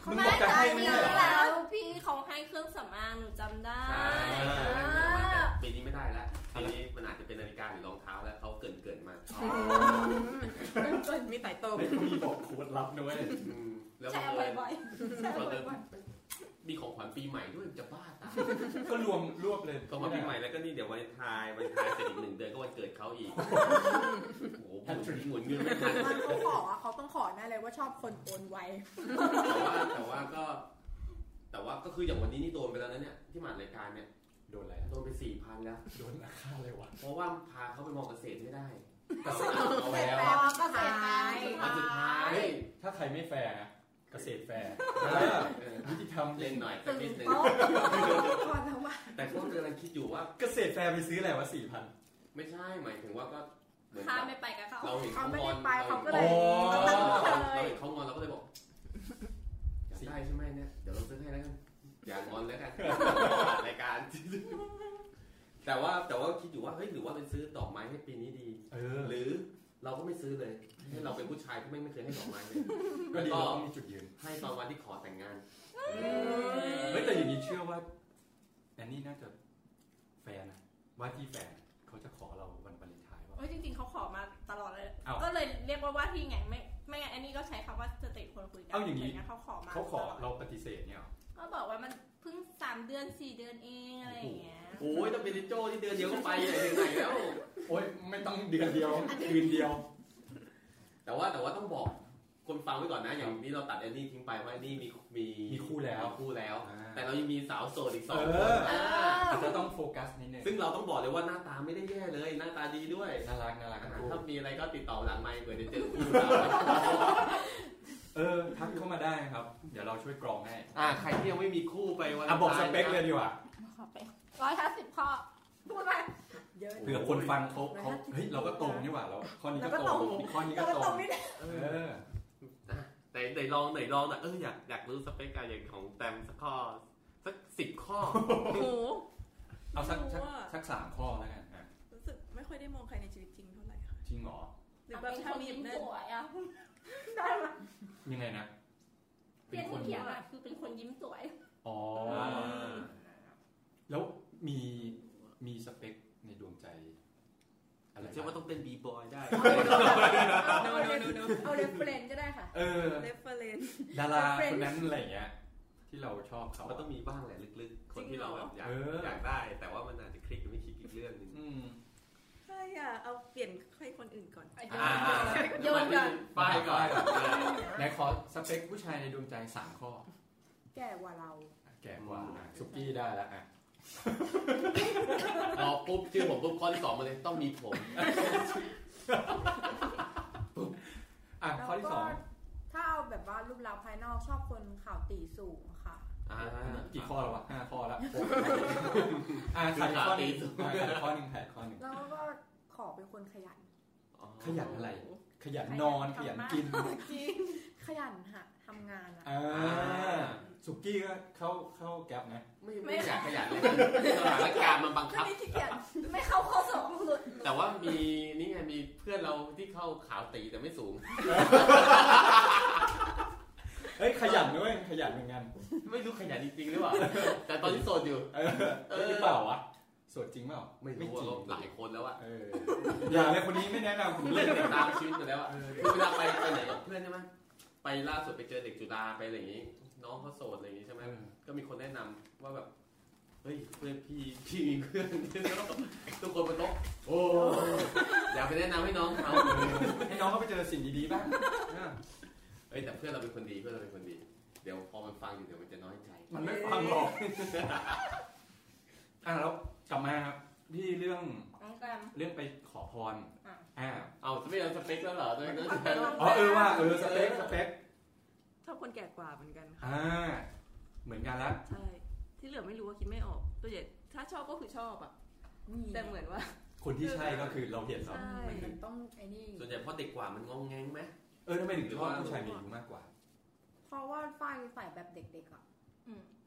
[SPEAKER 3] เขา
[SPEAKER 1] มึงบ
[SPEAKER 3] ไม่
[SPEAKER 1] อกจะ
[SPEAKER 3] ตา
[SPEAKER 1] ให้
[SPEAKER 3] ย
[SPEAKER 1] ไม่
[SPEAKER 3] แล้
[SPEAKER 1] ใช่เหรอ
[SPEAKER 3] วพี่เขาให้เครื่องสำอางหนูจำได้
[SPEAKER 2] ใช่
[SPEAKER 3] เออ
[SPEAKER 2] ปีนี้ไม่ได้แล้วปีนี้มันอาจจะเป็นนาฬิกาหรือรองเท้าแล้วเขาเกินเกินๆมา
[SPEAKER 4] มีสายตรง
[SPEAKER 1] ไม่เขามีบอกโค้ดลับนะเว้ย
[SPEAKER 2] อืมแล้ว
[SPEAKER 5] แช
[SPEAKER 2] บัง
[SPEAKER 5] ร์
[SPEAKER 2] เอิญ
[SPEAKER 5] บ่อยๆแชร์
[SPEAKER 2] บังเอิญ
[SPEAKER 5] บ่อย
[SPEAKER 2] มีของขวัญปีใหม่ด้วยจะบ้าตาย
[SPEAKER 1] ก็รวมรวบเลย
[SPEAKER 2] ก็มาปีใหม่แล้วก็นี่เดี๋ยววันทายวันทายเสร็จอีกหนึ่งเดือนก็วันเกิดเขาอีก โอ้โหหมุนหมุนเงินไม่ทัน
[SPEAKER 5] ๆตอนเขาขออะเขาต้องขอแน่เลยว่าชอบคนโอนไว
[SPEAKER 2] แต่ว่าแต่ว่าก็ แต่ว่าก็คืออย่างวันนี้นี่โดนไปแล้วนะเนี่ยที่มหารายการเนี่ย
[SPEAKER 1] โดนอะไร
[SPEAKER 2] โดนไปสี่พันแล้ว
[SPEAKER 1] โดนราคาเลยวะ
[SPEAKER 2] เพราะว่าพาเขาไปมองเกษตรไม่ได้
[SPEAKER 1] แต่สนุกเอา
[SPEAKER 5] เสร็จ
[SPEAKER 1] แล้วอะ
[SPEAKER 5] แล้วก็เสร็จไป
[SPEAKER 2] วันสุดท้าย
[SPEAKER 1] ถ้าใครไม่แฟร์นะเกษตรแฟร์
[SPEAKER 2] เออ
[SPEAKER 1] วิธีทำ
[SPEAKER 2] เล่นหน่อยสั
[SPEAKER 5] ตึ
[SPEAKER 2] ก
[SPEAKER 5] ง
[SPEAKER 2] นิดนึง
[SPEAKER 5] โต๊ะก่อนแล้วว่า
[SPEAKER 2] แต่ก็กำลังคิดอยู่ว่า
[SPEAKER 1] เกษตรแฟร์ไปซื้ออะไรวะสี่พัน
[SPEAKER 2] ไม่ใช่หมายถึงว่าก็เหมือน
[SPEAKER 3] ข้า
[SPEAKER 2] กับ
[SPEAKER 3] ไม่ไปกับเขา
[SPEAKER 2] เราเห็น
[SPEAKER 5] เขา
[SPEAKER 2] เขา
[SPEAKER 5] ไม่
[SPEAKER 2] งอ
[SPEAKER 5] ได้
[SPEAKER 2] น
[SPEAKER 5] ไป
[SPEAKER 2] เราเห็น
[SPEAKER 5] เขา
[SPEAKER 2] เขา
[SPEAKER 5] ก็เล
[SPEAKER 1] อ๋
[SPEAKER 5] ย
[SPEAKER 1] อ
[SPEAKER 5] ตั้ง
[SPEAKER 2] เรา
[SPEAKER 5] ใจเลย
[SPEAKER 2] เห็นเขางอนเราก็เลยบอกอยากได้ใช่ไหมเนี่ยเดี๋ยวเราซื้อให้แล้วกันอย่ากงอนแล้วกันรายการ แต่ว่าแต่ว่าคิดอยู่ว่าเฮ้ยหรือว่าไปซื้อดอกไม้ให้ปีนี้ดี
[SPEAKER 1] เออ
[SPEAKER 2] หรือเราก็ไม่ซื้อเลยให้เราเป็นผู้ชายที่ไม่ไม่เคยให้ดอกไม้เลย
[SPEAKER 1] ก็ดีเราก็มีจุดยืน
[SPEAKER 2] ให้ตอนวันที่ขอแต่งงาน
[SPEAKER 1] เฮ้ยแต่อย่างนี้เชื่อว่าแอนนี่น่าจะแฟนนะว่าที่แฟนเขาจะขอเราวันวาเลนไทน์ว่า
[SPEAKER 3] เอ้ยจริง ๆเขาขอมาตลอดเลย
[SPEAKER 1] เอ้า
[SPEAKER 3] ก็เลยเรียกว่าว่าที่ไงไม่ไม่งั้นอันนี้ก็ใช้คำว่าสเตทคนคุยกั
[SPEAKER 1] เอ้าอย่างนี้
[SPEAKER 3] นี้เขาขอมา
[SPEAKER 1] เขาขอ
[SPEAKER 3] ตลด
[SPEAKER 1] เราปฏิเสธเนี่ยเหรอ
[SPEAKER 3] ก็บอกว่ามันเพิ่งสามเดือนสี่เดือนเองอะไรอย่างเงี้ย
[SPEAKER 2] โอ้ยต้องเป็นดิโจ้ที่เดือนเดียวก็ไปเลยถึงไหนแล้ว
[SPEAKER 1] โอ๊ยไม่ต้องเดือนเดี ยวคืนเดียว
[SPEAKER 2] แต่ว่าแต่ว่าต้องบอกคนฟังไว้ก่อนนะ อย่างนี้เราตัดแอนนี่ทิ้งไปว่าแอนนี่มีมี
[SPEAKER 1] มีคู่แล้ว
[SPEAKER 2] คู่แล้ว แต่
[SPEAKER 1] แต่
[SPEAKER 2] เรายังมีสาวโสดอีกสองค
[SPEAKER 1] เออ
[SPEAKER 2] น
[SPEAKER 3] เออ
[SPEAKER 1] อาจจะต้องโฟกัสนิดนึง
[SPEAKER 2] ซึ่งเราต้องบอกเลยว่าหน้าตาไม่ได้แย่เลย หน้าตาดีด้วย
[SPEAKER 1] น่ารักน่ารักทั้งคู่
[SPEAKER 2] ถ้ามีอะไรก็ติดต่อหลังไมค์เผื่อจะเจอคุณ
[SPEAKER 1] เออทักเข้ามาได้นะครับ เดี๋ยวเราช่วยกรองให้
[SPEAKER 2] อ่าใครที่ยังไม่มีคู่ไปวัน
[SPEAKER 1] อ่ะบอกสเปคเลยดีกว่า
[SPEAKER 3] ร้อยห้าสิบข้อ
[SPEAKER 5] พูดไปเยอะ
[SPEAKER 1] เผื่อคนฟังเขาเขา
[SPEAKER 5] 150
[SPEAKER 1] เฮ้ยเราก็ตรงนี่หว่าเราข้อนี้
[SPEAKER 5] เราก็
[SPEAKER 1] ก็ตรง
[SPEAKER 5] ตรง
[SPEAKER 1] นี่ข้อนี้
[SPEAKER 5] แล้
[SPEAKER 1] ก็
[SPEAKER 5] วก็
[SPEAKER 1] ตร
[SPEAKER 5] ตรง
[SPEAKER 1] ง
[SPEAKER 5] นี้นะ
[SPEAKER 1] เออ
[SPEAKER 2] ไหนไหนลองไหนลองนะเอออยากอยากรู้สเปคอะอย่างของแตมสักข้อสักสิบข้อ
[SPEAKER 4] โอ้โห
[SPEAKER 1] เอาสักสัก
[SPEAKER 4] โอ้โห
[SPEAKER 1] สักสามข้อแล้วกันอ่ะ
[SPEAKER 4] รู้สึกไม่ค่อยได้มองใครในชีวิตจริงเท่าไหร่ค่ะ
[SPEAKER 1] จริงเหรอ
[SPEAKER 4] หรือแบบถ้ามี
[SPEAKER 3] เป็นคนยิ้
[SPEAKER 4] นั่น
[SPEAKER 3] สวยอ่ะ
[SPEAKER 5] ได้ละ
[SPEAKER 1] ยังไงนะ
[SPEAKER 3] เพียนที่เขียนอะคือเป็นคนยิ้มสวย
[SPEAKER 1] อ๋อ แล้วมีมีสเปคในดวงใจอะไร
[SPEAKER 2] เชื่อว่าต้องเป็นบีบอยได้
[SPEAKER 4] โนโนโนโน
[SPEAKER 5] เอาเรฟเฟรนก็ได้ค่ะ
[SPEAKER 1] เออ
[SPEAKER 4] เรฟเฟรน
[SPEAKER 1] ดารา
[SPEAKER 5] เป็น
[SPEAKER 1] คนนั้นอะไรอย่างเงี้ยที่เราชอบเขา
[SPEAKER 2] มันต้องมีบ้างแหละลึกๆ คนที่เราแบบอยาก
[SPEAKER 1] เออ
[SPEAKER 2] อยากได้ แต่ว่ามันอาจจะคลิกหรือไม่คลิกอีกเรื่องหนึง
[SPEAKER 1] อืม
[SPEAKER 4] ใช่อ่ะ เอาเปลี่ยนใครคนอื่นก่อน
[SPEAKER 2] อ่า
[SPEAKER 3] โยนก่อน
[SPEAKER 2] ป้ายก่อน
[SPEAKER 1] ไหนขอสเปคผู้ชายในดวงใจสามข้อ
[SPEAKER 5] แก่กว่าเรา
[SPEAKER 1] แก่กว่าอ่ะสุกี้ได้แล้วอ่ะ
[SPEAKER 2] รอปุ๊บชื่อผมปุ๊บข้อที่สองมาเลยต้องมีผม
[SPEAKER 1] อ่ะข้อที่สอง
[SPEAKER 5] ถ้าเอาแบบว่ารูปลักษณ์ภายนอกชอบคนข่าวตีสูงค่ะ
[SPEAKER 2] อ่า
[SPEAKER 1] กี่ข้อแล้ววะห้าข้อแล้วอ่ะขาดข้อหนึงอ่ะขาดข้อหนึงขาดข้อหนึง
[SPEAKER 5] แล้วก็ขอเป็นคนขยัน
[SPEAKER 1] ขยันอะไร ขยันนอนขยันกิน
[SPEAKER 5] ขยันหะทำงานอะ
[SPEAKER 1] อ่าสุกี้ก็เข้าเข้าแก๊ปนะ
[SPEAKER 2] ไม่ไม่อยากขยันเลยสถานการณ์มันบัง
[SPEAKER 5] ก็
[SPEAKER 2] คับ
[SPEAKER 5] ไม่ขี้เกียจ
[SPEAKER 3] ไม่เข้าข้อสองหลุด
[SPEAKER 2] แต่ว่ามีนี่ไงมีเพื่อนเราที่เข้าขาวตีแต่ไม่สูง
[SPEAKER 1] เอ้ยขยันด้วยขยันเหมือนกัน
[SPEAKER 2] ไม่รู้ขยันจริงๆหรือเปล่า แต่ตอนที่โสดอยู่
[SPEAKER 1] เออ
[SPEAKER 2] เออ
[SPEAKER 1] หรือเปล่าวะสดจริงเปล่า
[SPEAKER 2] ไม่รู้ว่าหลายคนแล้วอะ
[SPEAKER 1] เอออย่าเลยคนนี้ไม่แนะนำผมเล
[SPEAKER 2] เล่
[SPEAKER 1] ย
[SPEAKER 2] น
[SPEAKER 1] เนี่ย
[SPEAKER 2] ตามชีวิตมาแล้วอะ
[SPEAKER 1] เออ
[SPEAKER 2] คือเวลาไปไปไหนกับเพื่อนใช่ไหมไปล่าสุดไปเจอเด็กจุฬาไปอะไรอย่างงี้ น้องเขาโสดอะไรอย่างงี้ใช่ไหม
[SPEAKER 1] เออ
[SPEAKER 2] ก็มีคนแนะนำว่าแบบ เฮ้ยเพื่อนพี่พี่มีเพื่อน ที่แล้วทุกคนบนโต๊ะโอ้อยากไปแนะนำให้น้องเขา
[SPEAKER 1] ให้น้องเขาไปเจอสิ่งดีๆบ้างเออ
[SPEAKER 2] เฮ้ยแต่เพื่อนเราเป็นคนดีเพื่อนเราเป็นคนดี เดี๋ยวพอมันฟังอยู่เดี๋ยวมันจะน้อยใจ
[SPEAKER 1] มันไม่ฟังหรอกอ่ะแล้วกลับมาครับที่เรื่อง
[SPEAKER 3] น้องแกรม
[SPEAKER 1] เรื่องไปขอพร
[SPEAKER 3] อ่ะ
[SPEAKER 1] อ่า
[SPEAKER 2] เอาไม่เอาสเปคแล้วเหรอตัวเองนะ
[SPEAKER 1] อ๋อเออว่าเออสเปคสเปค
[SPEAKER 4] ชอบคนแก่กว่าเหมือนกันค่ะ
[SPEAKER 1] อ่าเหมือนกันละ
[SPEAKER 4] ใช่ที่เหลือไม่รู้ว่าคิดไม่ออกตัวใหญ่ถ้าชอบก็คือชอบอ่ะแต่เหมือนว่า
[SPEAKER 1] คนที่ใช่ก็คือเราเห็นเรา
[SPEAKER 4] ใช่
[SPEAKER 5] มันต้องไอ้นี่
[SPEAKER 2] ส่วนใหญ่พอเด็กกว่ามันงองแงงไหม
[SPEAKER 1] เออทำไมถึงชอบผู้ชายมีอายุมากกว่า
[SPEAKER 5] เพราะว่าฝ่ายฝ่ายแบบเด็กๆอ่ะ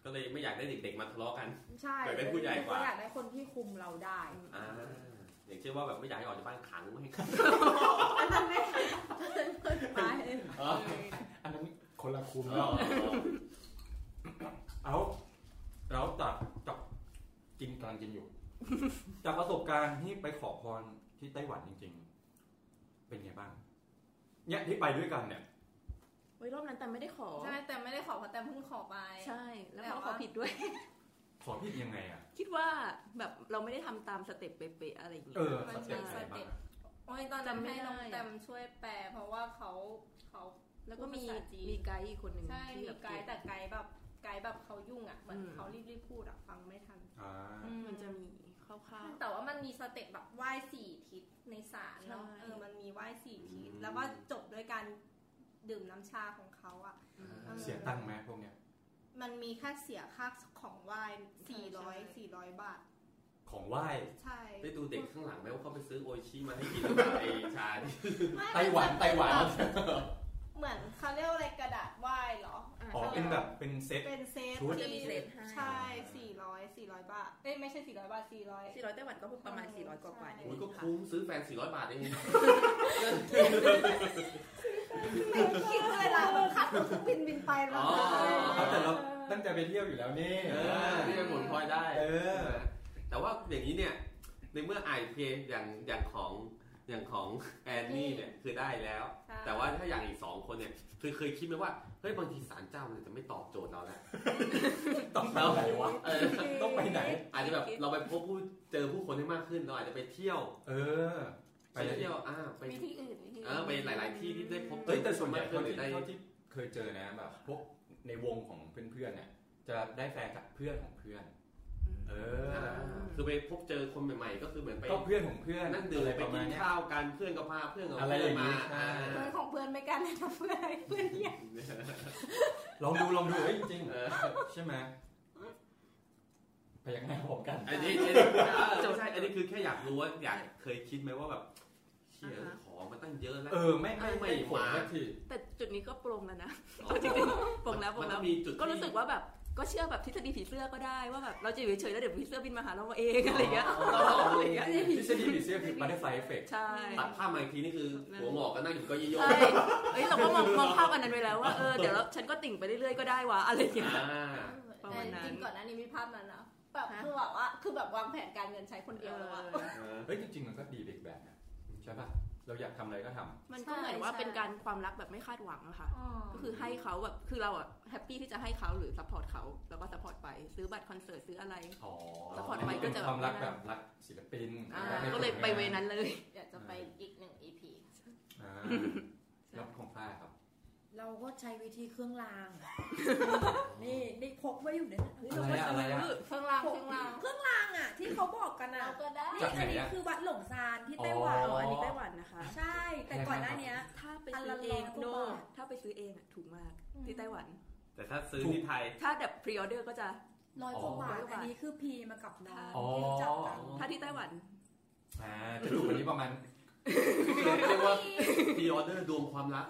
[SPEAKER 2] ก็เลยไม่อยากได้เด็กๆมาทะเลาะกัน
[SPEAKER 5] ใช่
[SPEAKER 2] อยากได้ผู้ใหญ่กว่า
[SPEAKER 5] เรอยากได้คนที่คุมเราได้
[SPEAKER 2] อ่าอย่างเช่นว่าแบบไม่อยากให้ออกจากบ้านขังไม่ให้ขัง
[SPEAKER 5] อันนั้นไม่ไป
[SPEAKER 2] เออ
[SPEAKER 1] อันนั้นคนละคุม
[SPEAKER 2] เอ
[SPEAKER 1] เนาะ
[SPEAKER 2] อ
[SPEAKER 1] เอาแล้วจากจับกินกำลังกิ นอยู่ จากประสบการณ์ที่ไปขอพรที่ไต้หวันจริง ๆ เป็นไงบ้างเนี่ยที่ไปด้วยกันเนี่ย
[SPEAKER 4] ไว้ยรอบนั้นแต่ไม่ได้ขอ
[SPEAKER 3] ใช่แต่ไม่ได้ขอเพราะแต่เพิ่งขอไป
[SPEAKER 4] ใช่แล้ว
[SPEAKER 3] แต่
[SPEAKER 4] พอ
[SPEAKER 3] ว่า
[SPEAKER 4] ขอผิดด้วย
[SPEAKER 1] ขอพี่ยังไงอ่ะ
[SPEAKER 4] คิดว่าแบบเราไม่ได้ทำตามสเต็ปเป๊ะๆอะไรอย่างเงี้
[SPEAKER 1] เอย อ
[SPEAKER 3] มั
[SPEAKER 1] ส
[SPEAKER 3] น
[SPEAKER 1] เต็ป
[SPEAKER 3] มี
[SPEAKER 1] อะไรบ้างอะ
[SPEAKER 3] โอ้ยตอนนั้น
[SPEAKER 4] จำไม่
[SPEAKER 3] ให้น้อง
[SPEAKER 4] ได้อะ
[SPEAKER 3] แตมช่วยแปล เพราะว่าเขาเขา
[SPEAKER 4] แล้วก็มี
[SPEAKER 3] พูดภาษาจีน
[SPEAKER 4] มีไกด์อีกคนหนึ่ง
[SPEAKER 3] ใช่
[SPEAKER 4] ที่
[SPEAKER 3] มี
[SPEAKER 4] แบบ
[SPEAKER 3] ไกด์
[SPEAKER 4] เก่ง
[SPEAKER 3] แต่ไกด์แบบไกด์แบบเขายุ่งอ่ะเหมือน
[SPEAKER 4] อืม
[SPEAKER 3] เขารีบๆพูดอ่ะฟังไม่ทัน
[SPEAKER 1] อ่า
[SPEAKER 4] มันจะมีคร่าว
[SPEAKER 3] แต่ว่ามันมีสเต็ปแบบไหว้สี่ทิศในศาลเนาะ
[SPEAKER 4] ใช่
[SPEAKER 3] เออมันมีไหว้สี่ทิศแล้วก็จบด้วยการดื่มน้ำชาของเขาอ่ะ
[SPEAKER 2] อ่า
[SPEAKER 1] เสียตังค์ไหมพวกเนี้ย
[SPEAKER 3] มันมีค่าเสียค่าของไหว้สี่ร้อยสี่ร้อยบาท
[SPEAKER 1] ของไหว้
[SPEAKER 3] ใช่
[SPEAKER 2] ได้ดูเด็กข้างหลังไหมว่าเขาไปซื้อโออิชิมาให้กินหรือเปล่าไอชาที่
[SPEAKER 3] ไม่
[SPEAKER 1] ไต้หวันไต้หวัน
[SPEAKER 3] เหมือนเขาเรียกว่าอะไรกระดาษไหว้เหรอ
[SPEAKER 4] ๆอ่า
[SPEAKER 1] อ๋อ
[SPEAKER 4] ใช่
[SPEAKER 1] เป็นแบบเป็นเซ็ต
[SPEAKER 3] เป็นเซต
[SPEAKER 1] ชุด
[SPEAKER 3] ที่
[SPEAKER 6] จะมีเซตให้
[SPEAKER 3] ใช่สี่ร้อยสี่ร้อยบาท เอ้ยไม่ใช่สี่ร้อยบาทสี่ร้อย
[SPEAKER 6] 400ไต้หวันก็ประมาณ 400 กว่ากว่าๆนิด
[SPEAKER 3] ใช่
[SPEAKER 2] โอ้ย
[SPEAKER 6] นึ
[SPEAKER 2] ก็
[SPEAKER 6] งค่ะ
[SPEAKER 2] คุ้มซื้อแฟน 400 บาทเอง
[SPEAKER 3] คิดเวลาแบบคัดเครื่องบินบินไปแล้วนะ
[SPEAKER 1] เอาแต่เราตั้งใจไปเที่ยวอยู่แล้วนี่
[SPEAKER 2] เออนี่เป็นผลพลอยได้
[SPEAKER 1] เออ
[SPEAKER 2] แต่ว่าอย่างนี้เนี่ยในเมื่อไอเพอย่างอย่างของอย่างของแอนนี่เนี่ยคือได้แล้ว
[SPEAKER 3] ใช่
[SPEAKER 2] แต่ว่าถ้าอย่างอีกสองคนเนี่ยคือเคยคิดไหมว่าเฮ้ยบางทีสารเจ้ามันจะไม่ตอบโจทย์เรา แล้ว
[SPEAKER 1] ต้องไปไหนวะ
[SPEAKER 2] เออ
[SPEAKER 1] ต้องไปไหน
[SPEAKER 2] อาจจะแบบเราไปพบผู้เจอผู้คนให้มากขึ้นเราอาจจะไปเที่ยว
[SPEAKER 1] เออ ไป
[SPEAKER 2] ไป
[SPEAKER 1] เลยดิ
[SPEAKER 2] เที่ยวอ่าไป
[SPEAKER 3] วิธีอื่นวิธี
[SPEAKER 2] เออไปหลาย ๆ ที่ที่ได้พบ
[SPEAKER 1] เอ้ยแต่ส่วนใหญ่
[SPEAKER 2] ค
[SPEAKER 1] เท่าน ที่
[SPEAKER 2] ได้
[SPEAKER 1] เท่าที่เคยเจอนะแบบพวกในวงของเพื่อนๆเนี่ยจะได้แฟนจากเพื่อนของเพื่อน เออ
[SPEAKER 2] อ่าคือไปพบเจอคนใหม่ ๆ ก็คือเหมือนไป
[SPEAKER 1] ก็เพื่อนของเพื่อน
[SPEAKER 2] นั่งดื่ม
[SPEAKER 1] อะไร
[SPEAKER 2] ไป
[SPEAKER 1] ประ
[SPEAKER 2] กิ
[SPEAKER 1] มาณ
[SPEAKER 2] น
[SPEAKER 1] เนี้ย
[SPEAKER 2] ข้าวกันเพื่อนก็พาเพื่อนของ
[SPEAKER 1] อะไรอ
[SPEAKER 2] เพื่อน
[SPEAKER 1] ย่างนี้
[SPEAKER 2] มา
[SPEAKER 1] ใช่
[SPEAKER 2] อ่า
[SPEAKER 3] เพื่อนของเพื่อนไม่กันเลยนะเพื่อนเพื่อนเนี่ย
[SPEAKER 1] ลองดูลองดูเอ้ยจริง
[SPEAKER 2] เออ
[SPEAKER 1] ๆใช่ไหมพยักหน้าพร้อมกัน
[SPEAKER 2] อันนี้อันนี้ไม่ใช่อันนี้คือแค่อยากรู้ว่าอยากเคยคิดไหมว่าแบบเชี่ยของมันตั้งเยอะแล้ว
[SPEAKER 1] เออ ไม่ไม่ไม่ผล
[SPEAKER 2] มา
[SPEAKER 1] สักที
[SPEAKER 4] แต่จุดนี้ก็ปรงแล้วนะ จริงๆปรงแล้วปร
[SPEAKER 2] มั
[SPEAKER 4] ง
[SPEAKER 2] น
[SPEAKER 4] แล้
[SPEAKER 2] ต้
[SPEAKER 4] ว
[SPEAKER 2] องมีจุด
[SPEAKER 4] ก็รู้สึกว่าแบบก็เชื่อแบบทฤษฎีผีเสื้อก็ได้ว่าแบบเราจะอยู่เฉยๆแล้วเดี๋ยวผีเสื้อบินมาหาเราเอง อะไรเงี้ยเราอะไรเงี้ย
[SPEAKER 1] ทฤษฎีผีเสื้อคือบัตเตอร์ไฟเอฟเฟก
[SPEAKER 4] ใช่
[SPEAKER 2] ตัดภาพมาอีกทีนี่คือหัวหงอกก็นั่งอยู่ก็ยี่ย
[SPEAKER 4] ใช่เอ้ยเราก็มองมองภาพอันนั้นไว้แล้วว่าเออเดี๋ยวเราฉันก็ติ่งไปเรื่อยๆก็ได้วะอะไรเงี้ย ประมาณนั้น
[SPEAKER 3] จริงก่อนหน้านี้มีภาพนั้นนะแบบคือแบบว่าคือแบบวางแผนการเงินใช้คนเดียวแล้วอะ
[SPEAKER 1] เฮ้ยจริงๆมันก็ดีเด็กแบบนะใช่ป่ะ เราอยากทำอะไรก็ทำ
[SPEAKER 4] มันก็เหมือนว่าเป็นการความรักแบบไม่คาดหวังอะค่ะ ก็คือให้เขาแบบคือเราอะแฮปปี้ที่จะให้เขาหรือซัพพอร์ตเขาแล้วก็ซัพพอร์ตไปซื้อบัตรคอนเสิร์ตซื้ออะไร
[SPEAKER 1] อ๋อ
[SPEAKER 4] ซัพพอร์ตไปก็จะแบบ
[SPEAKER 1] ความรักแบบรักศิลปิน
[SPEAKER 4] อ่า
[SPEAKER 1] รัใน
[SPEAKER 4] ก็เลยไปเวนั้นเลย
[SPEAKER 3] เดี๋ยวจะไปอีกหนึ่ง EP
[SPEAKER 1] อ่าแล้วของฝ้ายครับ
[SPEAKER 5] เราก็ใช้วิธีเครื่องราง นี่นี่พกไว้อยู่เนี่ยเฮ้ยเราก็
[SPEAKER 1] อะไรอะอะไรอะ
[SPEAKER 3] เครื่องราง
[SPEAKER 5] พ
[SPEAKER 3] เค
[SPEAKER 5] ก
[SPEAKER 3] รื่องราง
[SPEAKER 5] เครื่องรางอ่ะ ที่เขาบอกกันอ่ะ
[SPEAKER 3] เราก็ได้
[SPEAKER 5] นี่
[SPEAKER 1] จากไหน
[SPEAKER 5] อันนี้
[SPEAKER 1] อะ
[SPEAKER 5] คือวัดหลงซานที่ไต้หวัน
[SPEAKER 1] อ๋ออั
[SPEAKER 4] อันนี้ไต้หวันนะคะ
[SPEAKER 5] ใช่ แต่ก่อนหน้าเนี้ย
[SPEAKER 4] ถ้าไปซื้อเองโนถ้าไปซื้อเองอะถูกมากที่ไต้หวัน
[SPEAKER 2] แต่ถ้าซื้อที่ไทย
[SPEAKER 4] ถ้าแบบพรีออเดอร์ก็จะ
[SPEAKER 5] ร้อยกว่าบาท
[SPEAKER 4] อ๋อ
[SPEAKER 5] อันนี้คือพีมากับน้อง
[SPEAKER 1] อ๋อ
[SPEAKER 5] ที่รู้จักกัน
[SPEAKER 4] ถ้าที่ไต้หวัน
[SPEAKER 1] อ่าจะถูกวันนี้ประมาณ
[SPEAKER 2] เรียกว่าพีออเดอร์ดวงความรัก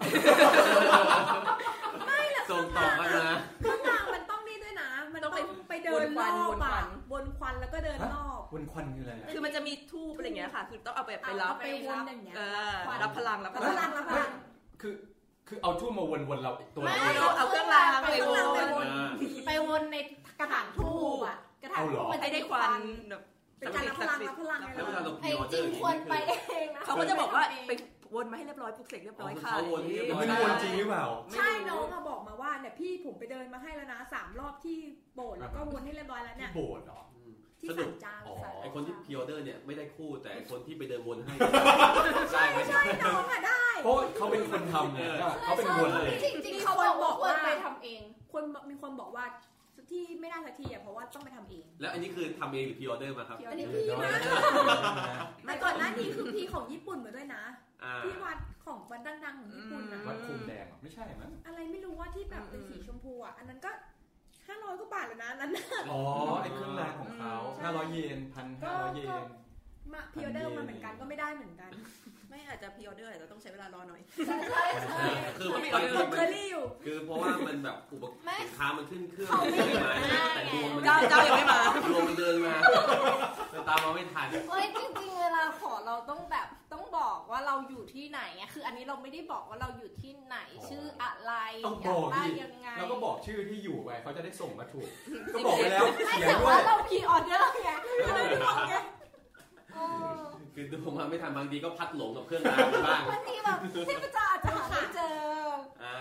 [SPEAKER 2] ส่งต่อกันนะ
[SPEAKER 5] เครื่องรางมันต้องนี่ด้วยนะ มันต้องไปเดินรอบอ่ะบนควันแล้วก็เดินรอบ
[SPEAKER 1] วันควันคืออะไรอะ
[SPEAKER 4] คือมันจะมีทูบอะไรอย่างเงี้ยค่ะ คือต้องเอาไปไป
[SPEAKER 5] เอา
[SPEAKER 4] รับ
[SPEAKER 5] ไปวนอย่างเงี้ย
[SPEAKER 4] เออ
[SPEAKER 5] ควัน
[SPEAKER 4] รับพลังรับพ
[SPEAKER 5] แล้ว
[SPEAKER 4] ลั
[SPEAKER 5] พลั
[SPEAKER 4] ง
[SPEAKER 5] งละพลัง
[SPEAKER 1] คือคือเอาทู่มาวนๆเราตัวเรา
[SPEAKER 3] ไม่
[SPEAKER 1] เอง
[SPEAKER 4] เอาเครื่องราง
[SPEAKER 3] ไป
[SPEAKER 4] ไป
[SPEAKER 3] ว
[SPEAKER 4] วน
[SPEAKER 3] นไปวน
[SPEAKER 2] อ่า
[SPEAKER 3] ไปวนในกระถางทูบอ่ะ กระถาง
[SPEAKER 1] เอาเหร
[SPEAKER 3] ทู
[SPEAKER 1] อ
[SPEAKER 3] บมัน
[SPEAKER 4] ไอ้
[SPEAKER 3] จะ
[SPEAKER 4] ได้
[SPEAKER 3] มี
[SPEAKER 4] ควันแบบ
[SPEAKER 5] เป็นการรับพลังรับพลังไง
[SPEAKER 2] แล้วเวลา
[SPEAKER 5] ล่ะ
[SPEAKER 2] เรา
[SPEAKER 3] ไอ้
[SPEAKER 2] พีออเด
[SPEAKER 3] จ
[SPEAKER 2] อ
[SPEAKER 3] ริง
[SPEAKER 2] ร์นี่
[SPEAKER 3] ค
[SPEAKER 2] คว
[SPEAKER 3] รไปื
[SPEAKER 2] อ
[SPEAKER 3] เองนะ
[SPEAKER 4] เขาก็จะบอกว่า
[SPEAKER 3] เอง
[SPEAKER 4] ไปวนมาให้เรียบร้อยปลุกเสกเรียบร้อย
[SPEAKER 2] อ๋อคือ
[SPEAKER 4] ค่ะ
[SPEAKER 2] เขาวนให้เรียบร้อย
[SPEAKER 1] มันวนจริงหรือเปล่า
[SPEAKER 5] ใช่น้องอะบอกมาว่าเนี่ยพี่ผมไปเดินมาให้แล้วนะสามรอบที่โบสถ์แล้วก็วนให้เรียบร้อยแล้ว
[SPEAKER 1] ที่
[SPEAKER 5] เนี่ย
[SPEAKER 1] โบสถ์เหรอ
[SPEAKER 5] ที่
[SPEAKER 2] ส
[SPEAKER 5] สั
[SPEAKER 2] รุป
[SPEAKER 5] นเจ้า
[SPEAKER 1] อ๋อ
[SPEAKER 5] ศาล
[SPEAKER 2] ไอคนที่พีออเดอร์เนี่ยไม่ได้คู่แต่ไอ้คนที่ไปเดินวนให้
[SPEAKER 5] ใช่ใช่น้องอะได้
[SPEAKER 1] เพราะเขาเป็นคนทำเนี่ยเขาเป็นคนเลย
[SPEAKER 3] จริงๆเขาบอกว่าควรไปทำเอง
[SPEAKER 5] คนมีคนบอกว่า ที่ไม่ได้สักทีอ่ะเพราะว่าต้องไปทำเอง
[SPEAKER 2] แล้วอันนี้คือทำเองหรือพรีออเดอร์มาครับ
[SPEAKER 5] อันนี้พี่นะแต่ก่อนหน้านี้คือพี่ของญี่ปุ่นมาด้วยนะ
[SPEAKER 2] อ่า
[SPEAKER 5] พี่วัดของวัดดังๆของญี่ปุ่นนะ
[SPEAKER 1] วัดคุมแดงเหรอไม่ใช่มั้ง
[SPEAKER 5] อะไรไม่รู้ว่าที่แบบเป็นสีชมพูอ่ะอันนั้นก็ห้าร้อยกว่าบาทแล้วนะนั้น
[SPEAKER 1] อ๋อไอ้เครื่องรางของเขา
[SPEAKER 5] ใช่
[SPEAKER 1] ห้าร้อยเยนพันห้าร้อยเย
[SPEAKER 5] ก็
[SPEAKER 1] น
[SPEAKER 5] มาพิออเดอร์มาเหมือนกันก็ไม่ได้เหมือนกัน
[SPEAKER 4] ไม่อาจจะพิออเดอร์อาจจะต้องใช้เวลารอหน่อย
[SPEAKER 3] ใช่ใช่ใช่
[SPEAKER 2] คือมัน
[SPEAKER 5] กดเคอรี่อยู่
[SPEAKER 2] คือเพราะว่ามันแบบอุปกรณ์
[SPEAKER 3] ไม่
[SPEAKER 2] สินค้ามันขึ้นเครื่อง
[SPEAKER 3] เขาไม่
[SPEAKER 2] ใช่ไหม
[SPEAKER 3] ได้ไง
[SPEAKER 2] แต่ดวงมัน
[SPEAKER 4] เจ้าเจ้ายังไม่มา
[SPEAKER 2] ดวงมันเดินมาแต่ตามมาไม่ทัน
[SPEAKER 3] เอ้ยจริงๆเวลาขอเราต้องแบบต้องบอกว่าเราอยู่ที่ไหนอะคืออันนี้เราไม่ได้บอกว่าเราอยู่ที่ไหน
[SPEAKER 1] อ๋อ
[SPEAKER 3] ชื่ออะไร
[SPEAKER 1] ต้อง
[SPEAKER 3] อยา
[SPEAKER 1] บอก
[SPEAKER 3] กได้
[SPEAKER 1] ดิ
[SPEAKER 3] ยังไง
[SPEAKER 1] แล้วก็บอกชื่อที่อยู่ไปเขาจะได้ส่งมาถูก ก็บอกไปแล้ว
[SPEAKER 3] ไม่
[SPEAKER 1] เขียนด้ว
[SPEAKER 3] แต่ว่าย เราพีออเดอร์ไง
[SPEAKER 5] ก็เลยไม่บอกไง
[SPEAKER 3] โอ้
[SPEAKER 2] คือดวงมาไม่ทันบางทีก็พัดหลงกับเครื่องรางไปบ้าง
[SPEAKER 3] บางทีแบบเทพเจ้าอาจจะหาไม่เจอ
[SPEAKER 2] อ่า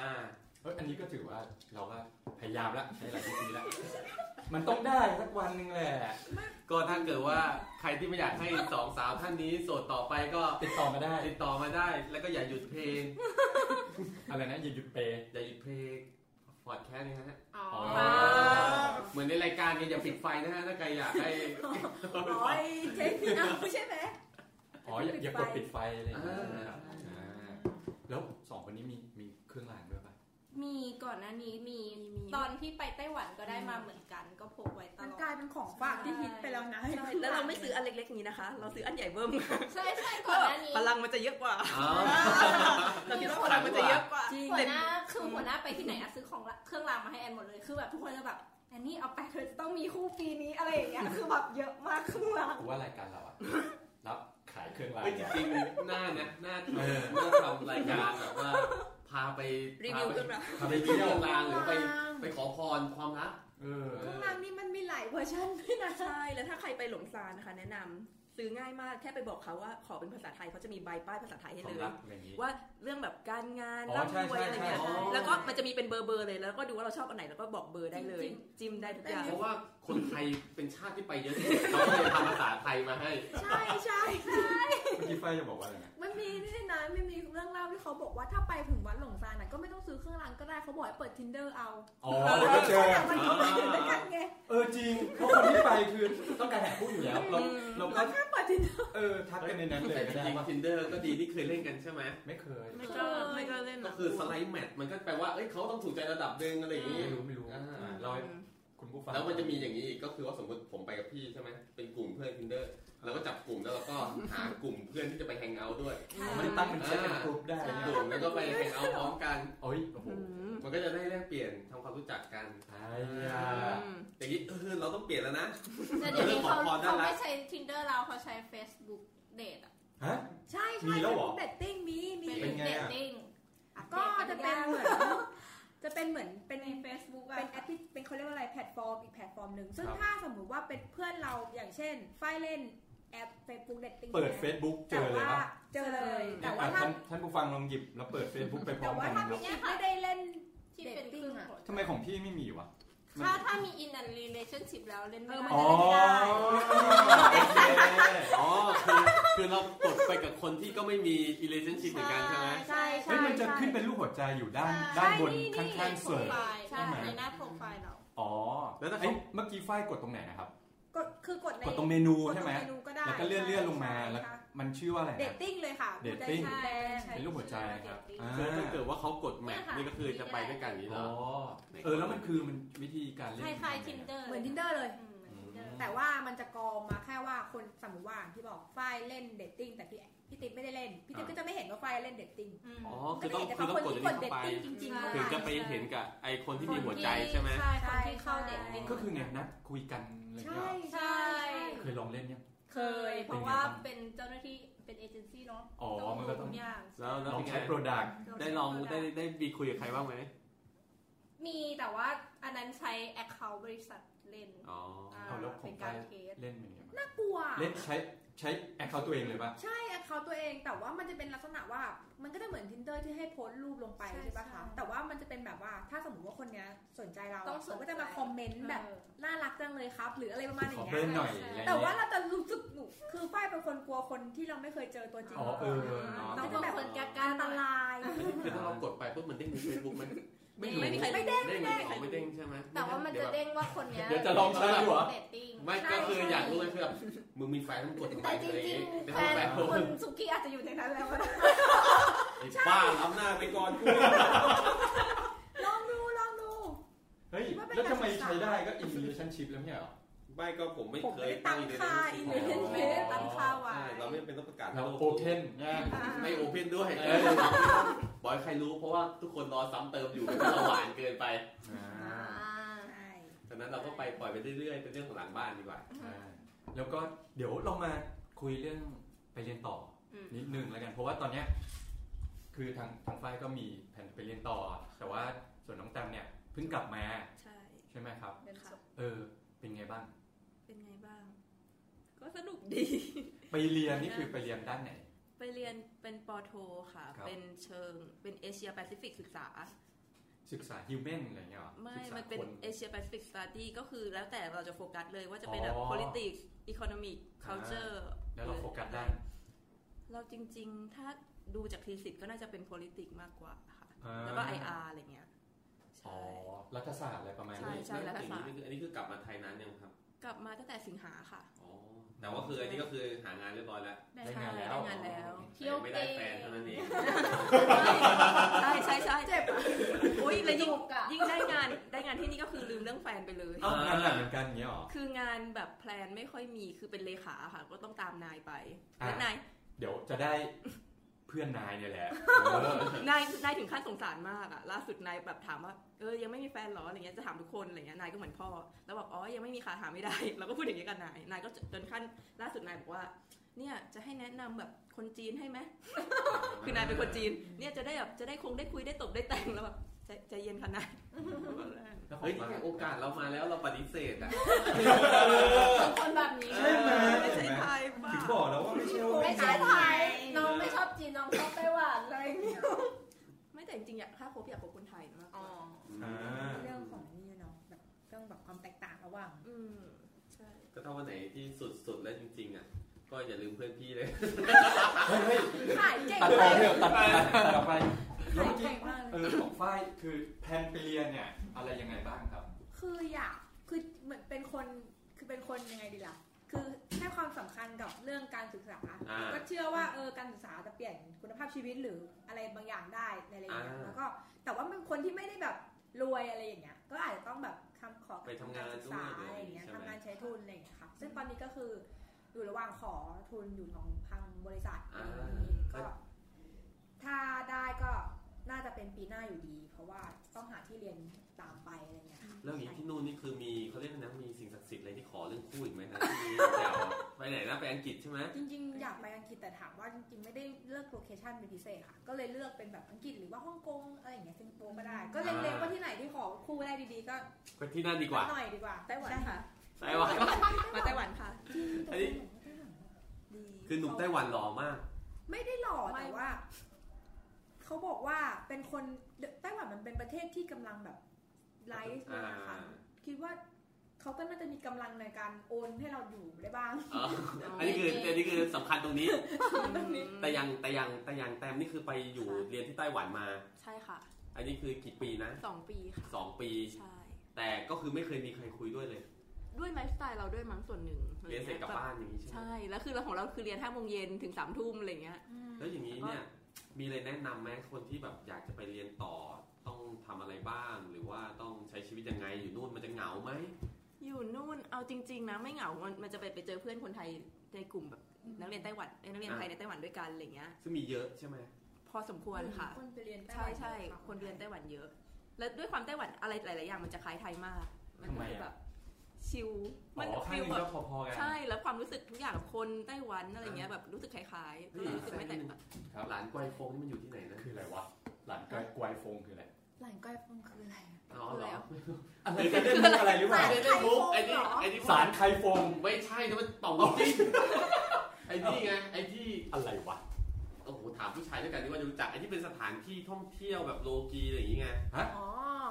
[SPEAKER 1] เฮ้ยอันนี้ก็ถือว่าเราก็พยายามละใช้หลายวิธีละมันต้องได้สักวันหนึ่งแหละ
[SPEAKER 2] ก็ถ้าเกิดว่าใครที่ไม่อยากให้สองสาวท่านนี้โสดต่อไปก็
[SPEAKER 1] ติดต่อมาได้
[SPEAKER 2] ติดต่อมาได้ แล้วก็อย่าหยุดเพลง
[SPEAKER 1] อะไรนะอย่าหยุดเปย์
[SPEAKER 2] อย่าหยุดเพลงพอดแคสต์นะฮะ
[SPEAKER 3] อ๋อ
[SPEAKER 1] อ๋อ
[SPEAKER 2] เหมือนในรายการเนี่ยอย่าปิดไฟนะฮะถ้าใครอยากให้
[SPEAKER 5] ร้อยเจ๊พี่เอาใช่ไหม
[SPEAKER 1] อ๋ออย่าอย่ากดปิดไฟอะไรอย่างเงี้ย
[SPEAKER 2] อ่า
[SPEAKER 1] ครับอ่าแล้วสองคนนี้มีมีเครื่องรางด้วยป่ะ
[SPEAKER 3] มีก่อนหน้านี้มี
[SPEAKER 4] มี
[SPEAKER 3] ตอนที่ไปไต้หวันก็ได้มาเหมือนกัน ก็พกไว้ต
[SPEAKER 5] มัน
[SPEAKER 3] ลอก
[SPEAKER 5] ลา
[SPEAKER 3] ด
[SPEAKER 5] ยเป็นของฝากที่ฮิตไปแล้วนะ
[SPEAKER 4] ใช่แล้วเราไม่ซื้ออันเล็กๆนี้นะคะ เราซื้ออันใหญ่เบิ่ม
[SPEAKER 3] ใช่ใช่ก่อนหน้านี้
[SPEAKER 4] พลังมันจะเยอะกว่า
[SPEAKER 2] อ๋อ
[SPEAKER 4] เราคิดว่าพลังมันจะเยอะกว่า
[SPEAKER 5] จริง
[SPEAKER 3] หัวหน้าคือหัวหน้าไปที่ไหนอะซื้อของละเครื่องรางมาให้แอนหมดเลยคือแบบทุกคนจะแบบแอนนี่เอาไปเธอจะต้องมีคู่ปีนี้อะไรอย่างเงี้ย คือแบบเยอะมากเครื่องราง
[SPEAKER 1] กูว่ารายการ เราอะรับขายเครื่องราง
[SPEAKER 2] ไม่จริงๆหน้านะหน้าที่
[SPEAKER 1] เออ
[SPEAKER 2] หน้าทำรายการแบบว่า พาไป
[SPEAKER 4] รีวิวขึ้นมา
[SPEAKER 2] พา
[SPEAKER 1] ทำ
[SPEAKER 2] ไป
[SPEAKER 1] ไป
[SPEAKER 2] เที่ย
[SPEAKER 1] เที่ยวว
[SPEAKER 2] ลางหรือไปไปข
[SPEAKER 5] ข้
[SPEAKER 2] อพรความรัก
[SPEAKER 1] เออ
[SPEAKER 5] างล่างนี่มันมีหลายเวอร์ชันด้วยนะ
[SPEAKER 4] ใช่ แล้วถ้าใครไปหลงซานนะคะ แนะนำซื้อง่ายมาก แค่ไปบอกเขาว่าขอเป็นภาษาไทยเขาจะมีใบป้ายภาษาไทยให้
[SPEAKER 1] ควา
[SPEAKER 4] เล
[SPEAKER 1] ม
[SPEAKER 4] ย
[SPEAKER 1] รักอะไรอย่างงี้
[SPEAKER 4] ว่าเรื่องแบบการงาน
[SPEAKER 1] อ๋อ
[SPEAKER 4] ร่ำรวย
[SPEAKER 1] ใช่
[SPEAKER 4] อะไร
[SPEAKER 1] ใช่
[SPEAKER 4] เงี้ย
[SPEAKER 1] ใช่
[SPEAKER 4] แล้วก็มันจะมีเป็นเบอร์เบอร์เลย แล้วก็ดูว่าเราชอบอันไหนแล้วก็บอกเบอร์ได้เลย จิ้มได้ทุกอย่าง
[SPEAKER 2] เพราะว่าคนไทยเป็นชาติที่ไปเยอะที่สุดเขาก็เลยทำภาษาไทยมาให้
[SPEAKER 5] ใช่ใช่ใช่
[SPEAKER 1] เมื่อกี้ไฟจะบอกว่าอะไรนะ
[SPEAKER 5] มันมีนี่ด้วยนะมันมีเรื่องเล่าที่เขาบอกว่าถ้าไปถึงวัดหลงซานน่ะก็ไม่ต้องซื้อเครื่องรางก็ได้เขาบอกให้เปิด tinder เอา
[SPEAKER 1] อ๋อแล้วก็เจอ
[SPEAKER 5] แต่มันก็ไปอยู่ด้วยกันไง
[SPEAKER 1] เออจริงเพราะคนที่ไปคือต้องการหาคู่อยู่แล้ว เรา
[SPEAKER 4] อืม
[SPEAKER 1] เราก็
[SPEAKER 5] เราแค่เปิด tinder
[SPEAKER 1] เออทักกันในนั้นเล
[SPEAKER 2] แต่
[SPEAKER 1] ย
[SPEAKER 2] จ
[SPEAKER 1] ก็ได้
[SPEAKER 2] ริง
[SPEAKER 1] ว่า
[SPEAKER 2] ๆ Tinder ก็ดีที่เคยเล่นกันใช่ไหม
[SPEAKER 1] ไม่เคย
[SPEAKER 4] ไม่ก็ไม่ก็เล่น
[SPEAKER 2] ก็คือสไลด์แมทมันก็แปลว่าเอ้ยเขาต้องถูกใจระดับหนึ่งอะไรอย่างนี้
[SPEAKER 1] ไม่รู้ไม่รู้
[SPEAKER 2] อ่า
[SPEAKER 1] อ่าเราให้คุณผู้ฟัง
[SPEAKER 2] แล้วมันจะมีอย่างนี้อีกก็คือว่าสมมติผมไปกับพี่ใช่ไหมเป็นกลุ่มเพื่อน Tinder เราก็จับกลุ่มแล้ว เราก็หากลุ่มเพื่อนที่จะไปแฮงเอาท์ด้วย
[SPEAKER 1] มันตั้งเป็นเช็คเป็นกรุ๊ปได้
[SPEAKER 2] เป็น
[SPEAKER 1] เนี่ย
[SPEAKER 2] กลุ่มแล้วก็ไปแฮงเอาท์พร้อมกัน
[SPEAKER 1] โอ้ยโอ้โห
[SPEAKER 4] อืม
[SPEAKER 2] มันก็จะได้แลกเปลี่ยนทำความรู้จักกัน
[SPEAKER 1] ไอ้ยา
[SPEAKER 4] อืม
[SPEAKER 2] อย่างนี้เออเราต้องเปลี่ยนแล้วนะ
[SPEAKER 3] แต่เดี๋ยวนี้เขา
[SPEAKER 2] เรื่องของพร
[SPEAKER 3] เขา
[SPEAKER 2] น่ารัก
[SPEAKER 3] ไม่ใช้ tinder เราเขาใช้ facebook date อะ
[SPEAKER 1] ฮะ
[SPEAKER 5] ใช่
[SPEAKER 1] มี
[SPEAKER 5] ใช่
[SPEAKER 1] แล้วเหรอ
[SPEAKER 5] เบตติ้งมีมี
[SPEAKER 3] เป็
[SPEAKER 1] เป็น
[SPEAKER 3] น
[SPEAKER 1] ไง
[SPEAKER 3] dating
[SPEAKER 1] อะ
[SPEAKER 3] อัปเดต
[SPEAKER 5] ก็จะเป็นเหมือนจะเป็นเหมือน เป็น
[SPEAKER 3] ใน facebook อะ
[SPEAKER 5] เป็นแอปที่เป็นเขาเรียกว่าอะไรแพลตฟอร์มอีกแพลตฟอร์มหนึ่งซึ่ง
[SPEAKER 1] ครับ
[SPEAKER 5] ถ้าสมมุติว่าเป็นเพื่อนเราอย่างเช่น ไฟล์เล่นแอป Facebook Dating
[SPEAKER 1] เปิด Facebook เจอเลย
[SPEAKER 5] แต่ว่า
[SPEAKER 1] ปะ
[SPEAKER 5] เจอเลย แต่
[SPEAKER 1] อ่ะ
[SPEAKER 5] ว่าถ้า
[SPEAKER 1] ท่านท่านผู้ฟังลองหยิบแล้วเปิด Facebook ไปพร้อ
[SPEAKER 5] แต่
[SPEAKER 1] ม
[SPEAKER 5] ว่า
[SPEAKER 1] กัน
[SPEAKER 5] ถ้า
[SPEAKER 1] นะครับ
[SPEAKER 5] พี่อีกไม่ได้เล่น
[SPEAKER 3] ที่เป็นเครื่องกด
[SPEAKER 1] ทำไมของพี่ไม่มีวะมัน
[SPEAKER 3] ถ้าถ้ามี in a relationship แล้วเล่นไม่
[SPEAKER 5] เออมั
[SPEAKER 3] ได้
[SPEAKER 5] น
[SPEAKER 1] อ๋อโอเค
[SPEAKER 2] อ๋อคือคือเรากดไปกับคนที่ก็ไม่มี relationship เหมือนกันใช่ไหม
[SPEAKER 3] ใช่
[SPEAKER 1] เฮ้
[SPEAKER 3] ใช่
[SPEAKER 1] ยมันจะขึ้นเป็นรูปหัวใจอยู่ด้านด้านบนข้างๆเสิร์ฟ
[SPEAKER 3] ใช่
[SPEAKER 1] ใช่ไหม
[SPEAKER 3] ในหน้าโปรไฟล์เรา
[SPEAKER 1] อ๋อ
[SPEAKER 2] แล้วถ้าเขา
[SPEAKER 1] เอ้ยเมื่อกี้ฝ้ายกดตรงไหนนะครับ
[SPEAKER 5] กดคือกดใน
[SPEAKER 1] กดตรงเมนู
[SPEAKER 5] กด
[SPEAKER 1] ใช่ไหม
[SPEAKER 5] เนูก็ได้
[SPEAKER 1] แล้วก็เลื่อนเลื่อนลงมาแล้วมันชื่อว่าอะไร
[SPEAKER 5] เดท
[SPEAKER 1] นะ
[SPEAKER 5] ติ้งเลยค่ะ
[SPEAKER 1] Dating
[SPEAKER 5] ใช่ใช่
[SPEAKER 1] เป็นรูปหัวใจนะครับอ่า
[SPEAKER 2] คือถ้าเกิดว่าเขากดแมทนี่ก็คือจะไปด้วยกันอย่างนี้
[SPEAKER 1] อ๋อ
[SPEAKER 2] เนาะ
[SPEAKER 1] เออแล้วมันคือมันวิธีการเล่น
[SPEAKER 3] คล้ายๆ
[SPEAKER 1] ยังไงอะ
[SPEAKER 3] tinder
[SPEAKER 5] เหมือน Tinder เลย
[SPEAKER 3] อืมเหมือน Tinder
[SPEAKER 5] แต่ว่ามันจะกรองมาแค่ว่าคนสมมติว่าที่บอกไฟล์เล่นเดทติ้งแต่พี่พี่ติ๊กไม่ได้เล่น พี่ติ๊กก็จะไม่เห็นว่าไฟล์เล่นเดทติ้ง
[SPEAKER 3] อืม
[SPEAKER 2] อ๋อ
[SPEAKER 5] ก็
[SPEAKER 2] คือ
[SPEAKER 5] จะ
[SPEAKER 2] ต้อง
[SPEAKER 5] เห็นแต่
[SPEAKER 2] คือต้อง
[SPEAKER 5] คน
[SPEAKER 2] กดอั
[SPEAKER 5] ที่
[SPEAKER 2] นนี้
[SPEAKER 5] กดเด
[SPEAKER 2] เข้าไป
[SPEAKER 5] ทติ้งจริงๆเข้า
[SPEAKER 2] ถึง
[SPEAKER 3] คื
[SPEAKER 5] ไป
[SPEAKER 2] จะไปเห็นกับไอคนที่มีหัวใจใช่ไหม
[SPEAKER 3] ใช่คนที่เข้าเดทติ้ง
[SPEAKER 1] ก็คือเนี่ยนัดคุยกันอะไรอย่าง
[SPEAKER 5] ใช่
[SPEAKER 1] เงี้ย
[SPEAKER 5] ใช่
[SPEAKER 1] เคยลองเล่นยัง
[SPEAKER 3] เคย เพราะว่าเป็นเจ้าหน้าที่เป็นเอเจนซี่เนาะ
[SPEAKER 1] อ๋อ มันก็ต้อง
[SPEAKER 3] ทุย่าง
[SPEAKER 2] แล้วแล้ว
[SPEAKER 1] ลอง
[SPEAKER 2] เป็นไง
[SPEAKER 1] ใช้โปรดักต์
[SPEAKER 2] ได้ลองได้ได้มีคุยกับใครบ้างไหม
[SPEAKER 3] มีแต่ว่าอันนั้นใช้ Account บริษัทเล่น
[SPEAKER 2] อ๋อ
[SPEAKER 3] า
[SPEAKER 1] เอาแล้วขอ
[SPEAKER 3] เป็
[SPEAKER 1] ง
[SPEAKER 3] น
[SPEAKER 1] ไป
[SPEAKER 3] การเทส
[SPEAKER 1] เล่นเป็นไงบ้าง
[SPEAKER 5] น่ากลัว
[SPEAKER 1] เล่นใช้ใช้แอคเคาตัวเองเลยป่ะ
[SPEAKER 5] ใช่แอคเคาตัวเองแต่ว่ามันจะเป็นลักษณะว่ามันก็จะเหมือน tinder ที่ให้โพสต์รูปลงไปใช่ปะคะแต่ว่ามันจะเป็นแบบว่าถ้าสมมติว่าคนเนี้ยสนใจเรา
[SPEAKER 3] ต้องส
[SPEAKER 5] เขา
[SPEAKER 3] น
[SPEAKER 5] ก็จะมาคอมเมนต์แบบ
[SPEAKER 3] เออ
[SPEAKER 5] น่ารักจังเลยครับ หรืออะไรประมาณอ
[SPEAKER 1] ขอย่าง เพิ่
[SPEAKER 5] เงี้
[SPEAKER 1] ม
[SPEAKER 5] ย
[SPEAKER 1] หน่อยอะไร
[SPEAKER 5] แต่
[SPEAKER 1] เงี้
[SPEAKER 5] ว่าย เราจะรู้สึกหนูคือฝ้ายเป็นคนกลัวคนที่เราไม่เคยเจอตัวจริง
[SPEAKER 1] อ๋อเออ
[SPEAKER 5] เราก็จะแบบ
[SPEAKER 3] คนกล้า
[SPEAKER 5] อันต
[SPEAKER 3] ๆ
[SPEAKER 5] ราย
[SPEAKER 2] คือถ้าเรากดไปปุ๊บมันเด้งในเฟซบุ๊กมัน ไม่รู้
[SPEAKER 4] ไม่มีใคร
[SPEAKER 3] ไม่เด้ง
[SPEAKER 2] เด้
[SPEAKER 3] ไม่
[SPEAKER 2] ง
[SPEAKER 3] เด้ง
[SPEAKER 2] อ๋อไม่เด้งใช่ไหม
[SPEAKER 3] แต่ว่ามันจะ
[SPEAKER 2] เด้ง
[SPEAKER 3] เด้งว่าคนเนี้ย
[SPEAKER 1] เดี๋ยวจะลองใช้ดูเหรอ
[SPEAKER 3] เรตติ้ง
[SPEAKER 2] ไม่ก็คืออยากรู้เลยคือแบบมึงมีแฟนต้องกดทำไม
[SPEAKER 3] แต่จ
[SPEAKER 2] อะไรอย่าง
[SPEAKER 3] ริ
[SPEAKER 2] เงี้ย
[SPEAKER 3] งๆแฟ
[SPEAKER 2] แต่
[SPEAKER 3] น
[SPEAKER 2] แฟนผม
[SPEAKER 3] คุณสุกี้อาจจะอยู่ในนั้นแล้วก็ได้
[SPEAKER 2] ไอ้บ้าล้ำหน้าไปก่อนกู
[SPEAKER 5] ลองดูลองดู
[SPEAKER 1] เฮ้ย แล้วทำไมใช้ได้ก็อิน e l a t i o n s h i p แล้วเนี่ยเหรอ
[SPEAKER 2] ไม่ก็ผมไม่
[SPEAKER 5] ผม
[SPEAKER 2] เค
[SPEAKER 5] ไม่
[SPEAKER 2] ย
[SPEAKER 5] ได้ตั้งค่าอิน
[SPEAKER 1] ไม่
[SPEAKER 5] เวน
[SPEAKER 1] ได้
[SPEAKER 5] ต์
[SPEAKER 1] ไม่
[SPEAKER 5] ไม่
[SPEAKER 1] ได้
[SPEAKER 5] ได้
[SPEAKER 1] ตั้
[SPEAKER 5] ตั้
[SPEAKER 1] ง
[SPEAKER 5] ง
[SPEAKER 1] ค่า
[SPEAKER 5] ค่า
[SPEAKER 1] ไว้
[SPEAKER 5] ไว้
[SPEAKER 2] ใช่เราไม่เป็นต้องประกาศ
[SPEAKER 1] เรา
[SPEAKER 2] โลก
[SPEAKER 1] โอเพ่นง่าย
[SPEAKER 2] ไม่โอเพนด้วย
[SPEAKER 1] เออ
[SPEAKER 2] บอยใครรู้เพราะว่าทุกคนรอซ้ำเติมอยู่ เราหวานเกินไป
[SPEAKER 5] ใช่
[SPEAKER 2] ฉะนั้นเราก็ไปปล่อยไปเรื่อยๆ เป็นเรื่องของหลังบ้านดีกว่า
[SPEAKER 1] ใช่แล้วก็เดี๋ยวเรามาคุยเรื่องไปเรียนต่ออ
[SPEAKER 4] ม
[SPEAKER 1] นิดนึงแล้วกัน เพราะว่าตอนเนี้ยคือทางทางฝ้ายก็มีแผนไปเรียนต่อ แต่ว่าส่วนน้องแตมเนี่ยเพิ่งกลับมา
[SPEAKER 4] ใช่
[SPEAKER 1] ใช่ไหมครับ
[SPEAKER 3] เป็นสุข
[SPEAKER 1] เออ เป็นไงบ้าง
[SPEAKER 4] เป็นไงบ้าง ก็สนุกดี
[SPEAKER 1] ไปเรียนนี่คือไปเรียนด้านไหน
[SPEAKER 4] ไปเรียนเป็นปอโทค่ะ
[SPEAKER 1] ครับ
[SPEAKER 4] เป็นเชิง เป็นเอเชียแปซิฟิกศึกษา
[SPEAKER 1] ศึกษาฮิวแมนอะไรเงี้ยหรอ
[SPEAKER 4] ไม่
[SPEAKER 1] ศึกษา
[SPEAKER 4] มันเป็น
[SPEAKER 1] ค
[SPEAKER 4] เอเชียแปซิฟิกสต d ดี้ก็คือแล้วแต่เราจะโฟกัสเลยว่าจะเป็นแบบ
[SPEAKER 1] อ๋อ
[SPEAKER 4] politics economic culture
[SPEAKER 1] แล้วเราโฟกัสด้าน
[SPEAKER 4] เราจริงๆ ถ้าดูจากทีสิทธ์ก็น่าจะเป็น politics มากกว่าค่ะ
[SPEAKER 1] อ่า
[SPEAKER 4] แล้วก็ IR อะไรเงี้ย ใช่
[SPEAKER 1] อ๋อรัฐศาสตร์อะไรประมาณ
[SPEAKER 4] ใช่
[SPEAKER 1] นี้
[SPEAKER 4] ใช่แล้ว
[SPEAKER 2] อัน
[SPEAKER 4] ค่ะ
[SPEAKER 2] นี้คืออันนี้คือกลับมาไทยนานยังครับ
[SPEAKER 4] กลับมาตั้งแต่สิงหาค่ะ
[SPEAKER 2] อ๋อ แต่ว่าคืออันนี้ก็คือหางานเรียบร้อยแล้ว
[SPEAKER 3] ได้
[SPEAKER 1] ได้
[SPEAKER 3] ค่ะ
[SPEAKER 1] งานแล้ว
[SPEAKER 4] ได้งานแล้ว
[SPEAKER 3] เที่ยว
[SPEAKER 2] ไม่ได้
[SPEAKER 3] เตะ
[SPEAKER 2] แฟนเท่านั้นเอง
[SPEAKER 4] ใช่ใช่ใช่
[SPEAKER 3] เจ็บ
[SPEAKER 4] อุ้ยแล้วยิ่ง
[SPEAKER 3] จุกอะ
[SPEAKER 4] ยิ่งได้งานได้งานที่นี่ก็คือลืมเรื่องแฟนไปเลย
[SPEAKER 1] เอ้างานหลังเหมือนกันอย่างเงี้ยหรอ
[SPEAKER 4] คืองานแบบแพลนไม่ค่อยมีคือเป็นเลขาค่ะ ก็ต้องตามนายไป
[SPEAKER 1] อ่า
[SPEAKER 4] แล้วนาย
[SPEAKER 1] เดี๋ยวจะได้เพื่อนนายเนี่ยแหละ เออน
[SPEAKER 4] ายนายถึงขั้นสงสารมากอะล่าสุดนายแบบถามว่าเออยังไม่มีแฟนเหรออะไรเงี้ยจะถามทุกคนอะไรเงี้ยนายก็เหมือนพ่อแล้วบอกอ๋อยังไม่มีค่ะหาไม่ได้ เราก็พูดอย่างนี้กับนายนายก็จนขั้นล่าสุดนายบอกว่า เนี่ยจะให้แนะนำแบบคนจีนให้ไหมคือนายเป็นคนจีน เนี่ยจะได้แบบจะได้คงได้คุยได้ตบได้แต่งแล้วแบบใจใจเย็นค่ะนาย
[SPEAKER 2] เฮ้ยนี่ไงโอกาสเรามาแล้วเราปฏิเสธอ่ะ
[SPEAKER 3] เป็นคนแบบนี้
[SPEAKER 1] ใช่ไหม
[SPEAKER 4] ไม่ใช่ไทยป่ะ
[SPEAKER 1] ถึงบอกแล้วว่าไม่ใช่ว่า
[SPEAKER 3] ไม่
[SPEAKER 1] ไม่
[SPEAKER 3] ใช่
[SPEAKER 1] ใช่
[SPEAKER 3] ไทยน้องไม่ชอบจีนน้องชอบไต้หวันอะไรอย่างเงี้ย
[SPEAKER 4] ไม่แต่จริงๆอยากถ้าคบอยากคบคนไทยมากกว่า
[SPEAKER 1] อ่า
[SPEAKER 5] เรื่องของนี่เนาะแบบเรื่องแบบความแตกต่างระหว่าง
[SPEAKER 4] อืมใช่
[SPEAKER 2] ก็ถ้าวันไหนที่สุดๆแล้วจริงๆอ่ะ ก็อย่าลืมเพื่อนพี่เลย
[SPEAKER 1] เฮ้ยเฮ้ย
[SPEAKER 3] ขายเก่ง
[SPEAKER 1] ตัด
[SPEAKER 3] เล
[SPEAKER 1] ออก
[SPEAKER 3] ย
[SPEAKER 1] เถอะตัดตัดออกไปแล้ว
[SPEAKER 3] ขาย
[SPEAKER 1] เมื่อกี้
[SPEAKER 3] เก่งมากเลย
[SPEAKER 1] เออของฝ้ายคือแพลนไปเรียนเนี่ย อะไรยังไงบ้างครับ
[SPEAKER 5] คืออยากคือเหมือนเป็นคนคือเป็นคนยังไงดีล่ะ คือให้ความสำคัญกับเรื่องการศึกษา
[SPEAKER 2] อ่า
[SPEAKER 5] ก็เชื่อว่าเออการศึกษาจะเปลี่ยนคุณภาพชีวิตหรืออะไรบางอย่างได้ในระยะยาว
[SPEAKER 2] อ่า
[SPEAKER 5] แล้วก็แต่ว่าเป็นคนที่ไม่ได้แบบรวยอะไรอย่างเงี้ย ก็อาจจะต้องแบบทำขอ
[SPEAKER 2] ไปทำงาน
[SPEAKER 5] กรศึกษา
[SPEAKER 2] ด้วย
[SPEAKER 5] อะไรอย่างเงี้ย
[SPEAKER 2] ใช่ไหม
[SPEAKER 5] ทำงานใช้ทุนอะไรอย่างเงี้ยค่ะ ซึ่งตอนนี้ก็คืออยู่ระหว่างขอทุนอยู่ของทางบริษัท
[SPEAKER 2] อ่าก็
[SPEAKER 5] ก็ถ้าได้ก็น่าจะเป็นปีหน้าอยู่ดี เพราะว่าต้องหาที่เรียนตามไปอะไรเงี้ยค่ะ
[SPEAKER 2] แล้วอย่างนี้ที่นู่นนี่คือมีเขาเรียกนะมีสิ่งศักดิ์สิทธิ์อะไรที่ขอเรื่องคู่อีกไหมนะที่แถวไปไหนนะไปอังกฤษใช่ไหม
[SPEAKER 5] จริงๆ อยากไปอังกฤษแต่ถามว่าจริงๆ ไม่ได้เลือกโลเคชันเป็นพิเศษค่ะ ก็เลยเลือกเป็นแบบอังกฤษหรือว่าฮ่องกงอะไรอย่างเงี้ยสิงคโปร์ก็ได้ ก็เล็งๆว่าที่ไหนที่ขอคู่ได้ดีๆ ก็
[SPEAKER 2] ไปที่นั่นดีกว่า
[SPEAKER 5] หน่อยดีกว่า
[SPEAKER 4] ไต้หวัน
[SPEAKER 5] ใช่
[SPEAKER 4] ค่ะ
[SPEAKER 2] ไต้หวัน
[SPEAKER 4] มาไต้หวันค่ะ
[SPEAKER 2] อันนี้
[SPEAKER 4] ดี
[SPEAKER 2] คือหนุ่มไต้หวันหล่อมาก
[SPEAKER 5] ไม่ได้หล่อแต่ว่า เขาบอกว่าเป็นคนไต้หวันมันเป็นประเทศที่กำลังแบบไลฟ์มากค่ะ
[SPEAKER 2] อ่า
[SPEAKER 5] คิดว่าเขาก็น่าจะมีกำลังในการโอนให้เราอยู่ได้บ้าง
[SPEAKER 2] เอออันนี้คืออันนี้คือสำคัญตรงนี้ แต่
[SPEAKER 4] อืม
[SPEAKER 2] ยังแต่ยังแต่ยังแตมนี่คือไปอยู่เรียนที่ไต้หวันมา
[SPEAKER 4] ใช่ค่ะ
[SPEAKER 2] อันนี้คือกี่ปีนะ
[SPEAKER 4] สองปีค่ะ
[SPEAKER 2] สองปี
[SPEAKER 4] ใช่
[SPEAKER 2] แต่ก็คือไม่เคยมีใครคุยด้วยเลย
[SPEAKER 4] ด้วยไลฟ์สไตล์เราด้วยมั้งส่วนหนึ่งอะ
[SPEAKER 2] เรียนเสร็จกลับ
[SPEAKER 4] แบบ
[SPEAKER 2] บ้านอย่างนี้ใช่ไหม
[SPEAKER 4] ใช่ แล้วคือเราของเราคือเรียนห้าโมงเย็นถึงสามทุ่มอะไรเงี้ย
[SPEAKER 2] แล้วอย่างนี้เนี่ยมีอะไรแนะนำไหมคนที่แบบอยากจะไปเรียนต่อต้องทำอะไรบ้าง หรือว่าต้องใช้ชีวิตยังไงอยู่นู่นมันจะเหงาไหม
[SPEAKER 4] อยู่นู่นเอาจริง ๆ นะไม่เหงา มันมันจะไปไปเจอเพื่อนคนไทยในกลุ่มแบบนักเรียนไต้หวันเอ้ยนักเรียน
[SPEAKER 2] อ่า
[SPEAKER 4] ไทยในไต้หวันด้วยกันอะไรเงี้ย
[SPEAKER 2] ซึ่งมีเยอะใช่ไหม
[SPEAKER 4] พอสมควรค่ะ
[SPEAKER 5] คนไปเรียนไต้ห
[SPEAKER 4] ใช่
[SPEAKER 5] วั
[SPEAKER 4] ใช่
[SPEAKER 5] นะะ
[SPEAKER 4] คนเรียนไต้หวันเยอะ แล้วด้วยความไต้หวันอะไรหลายๆอย่างมันจะคล้ายไทยมาก มันก็คื
[SPEAKER 1] ทำไม
[SPEAKER 4] อ
[SPEAKER 1] อะ
[SPEAKER 4] แบบชิล
[SPEAKER 1] อ๋
[SPEAKER 4] มัน
[SPEAKER 1] อข้าง
[SPEAKER 4] ฟิล
[SPEAKER 1] หนึง
[SPEAKER 4] แบบ
[SPEAKER 1] ก็พอๆกัน
[SPEAKER 4] ใช่ แล้วความรู้สึกทุกอย่างกับคนไต้หวันอะไรเงี้ยแบบรู้สึกคล้ายๆ
[SPEAKER 2] เฮ้
[SPEAKER 4] ก็
[SPEAKER 2] ย
[SPEAKER 4] รู้สึกไม่แตกต่าง
[SPEAKER 1] ครับ
[SPEAKER 2] หลานกวยฟงนี่มันอยู่ที่ไหนนะ
[SPEAKER 1] คืออะไรวะ หลานกวยกวยฟงคืออะไร
[SPEAKER 5] หลังก้อยฟงคืออะไรอะ
[SPEAKER 2] อ๋อเหรอ
[SPEAKER 1] อะไรจะเล่นมุกอะไรหรือเป ล่า
[SPEAKER 2] ไม่ได้มุกไอ้นี่
[SPEAKER 5] เหรอ
[SPEAKER 2] ไอ้นี่
[SPEAKER 1] สารไคฟง
[SPEAKER 2] ไม่ใช่นะมันต่อมจริ งไอ้นี่ไงไอ้ที่
[SPEAKER 1] อะไรวะ
[SPEAKER 2] โอ้โหถามผู้ชายด้วยกันที่ว่าจะรู้จักไอ้ที่เป็นสถานที่ท่องเที่ยวแบบโลกีอะไรอย่างเงี้ย
[SPEAKER 5] อ๋อ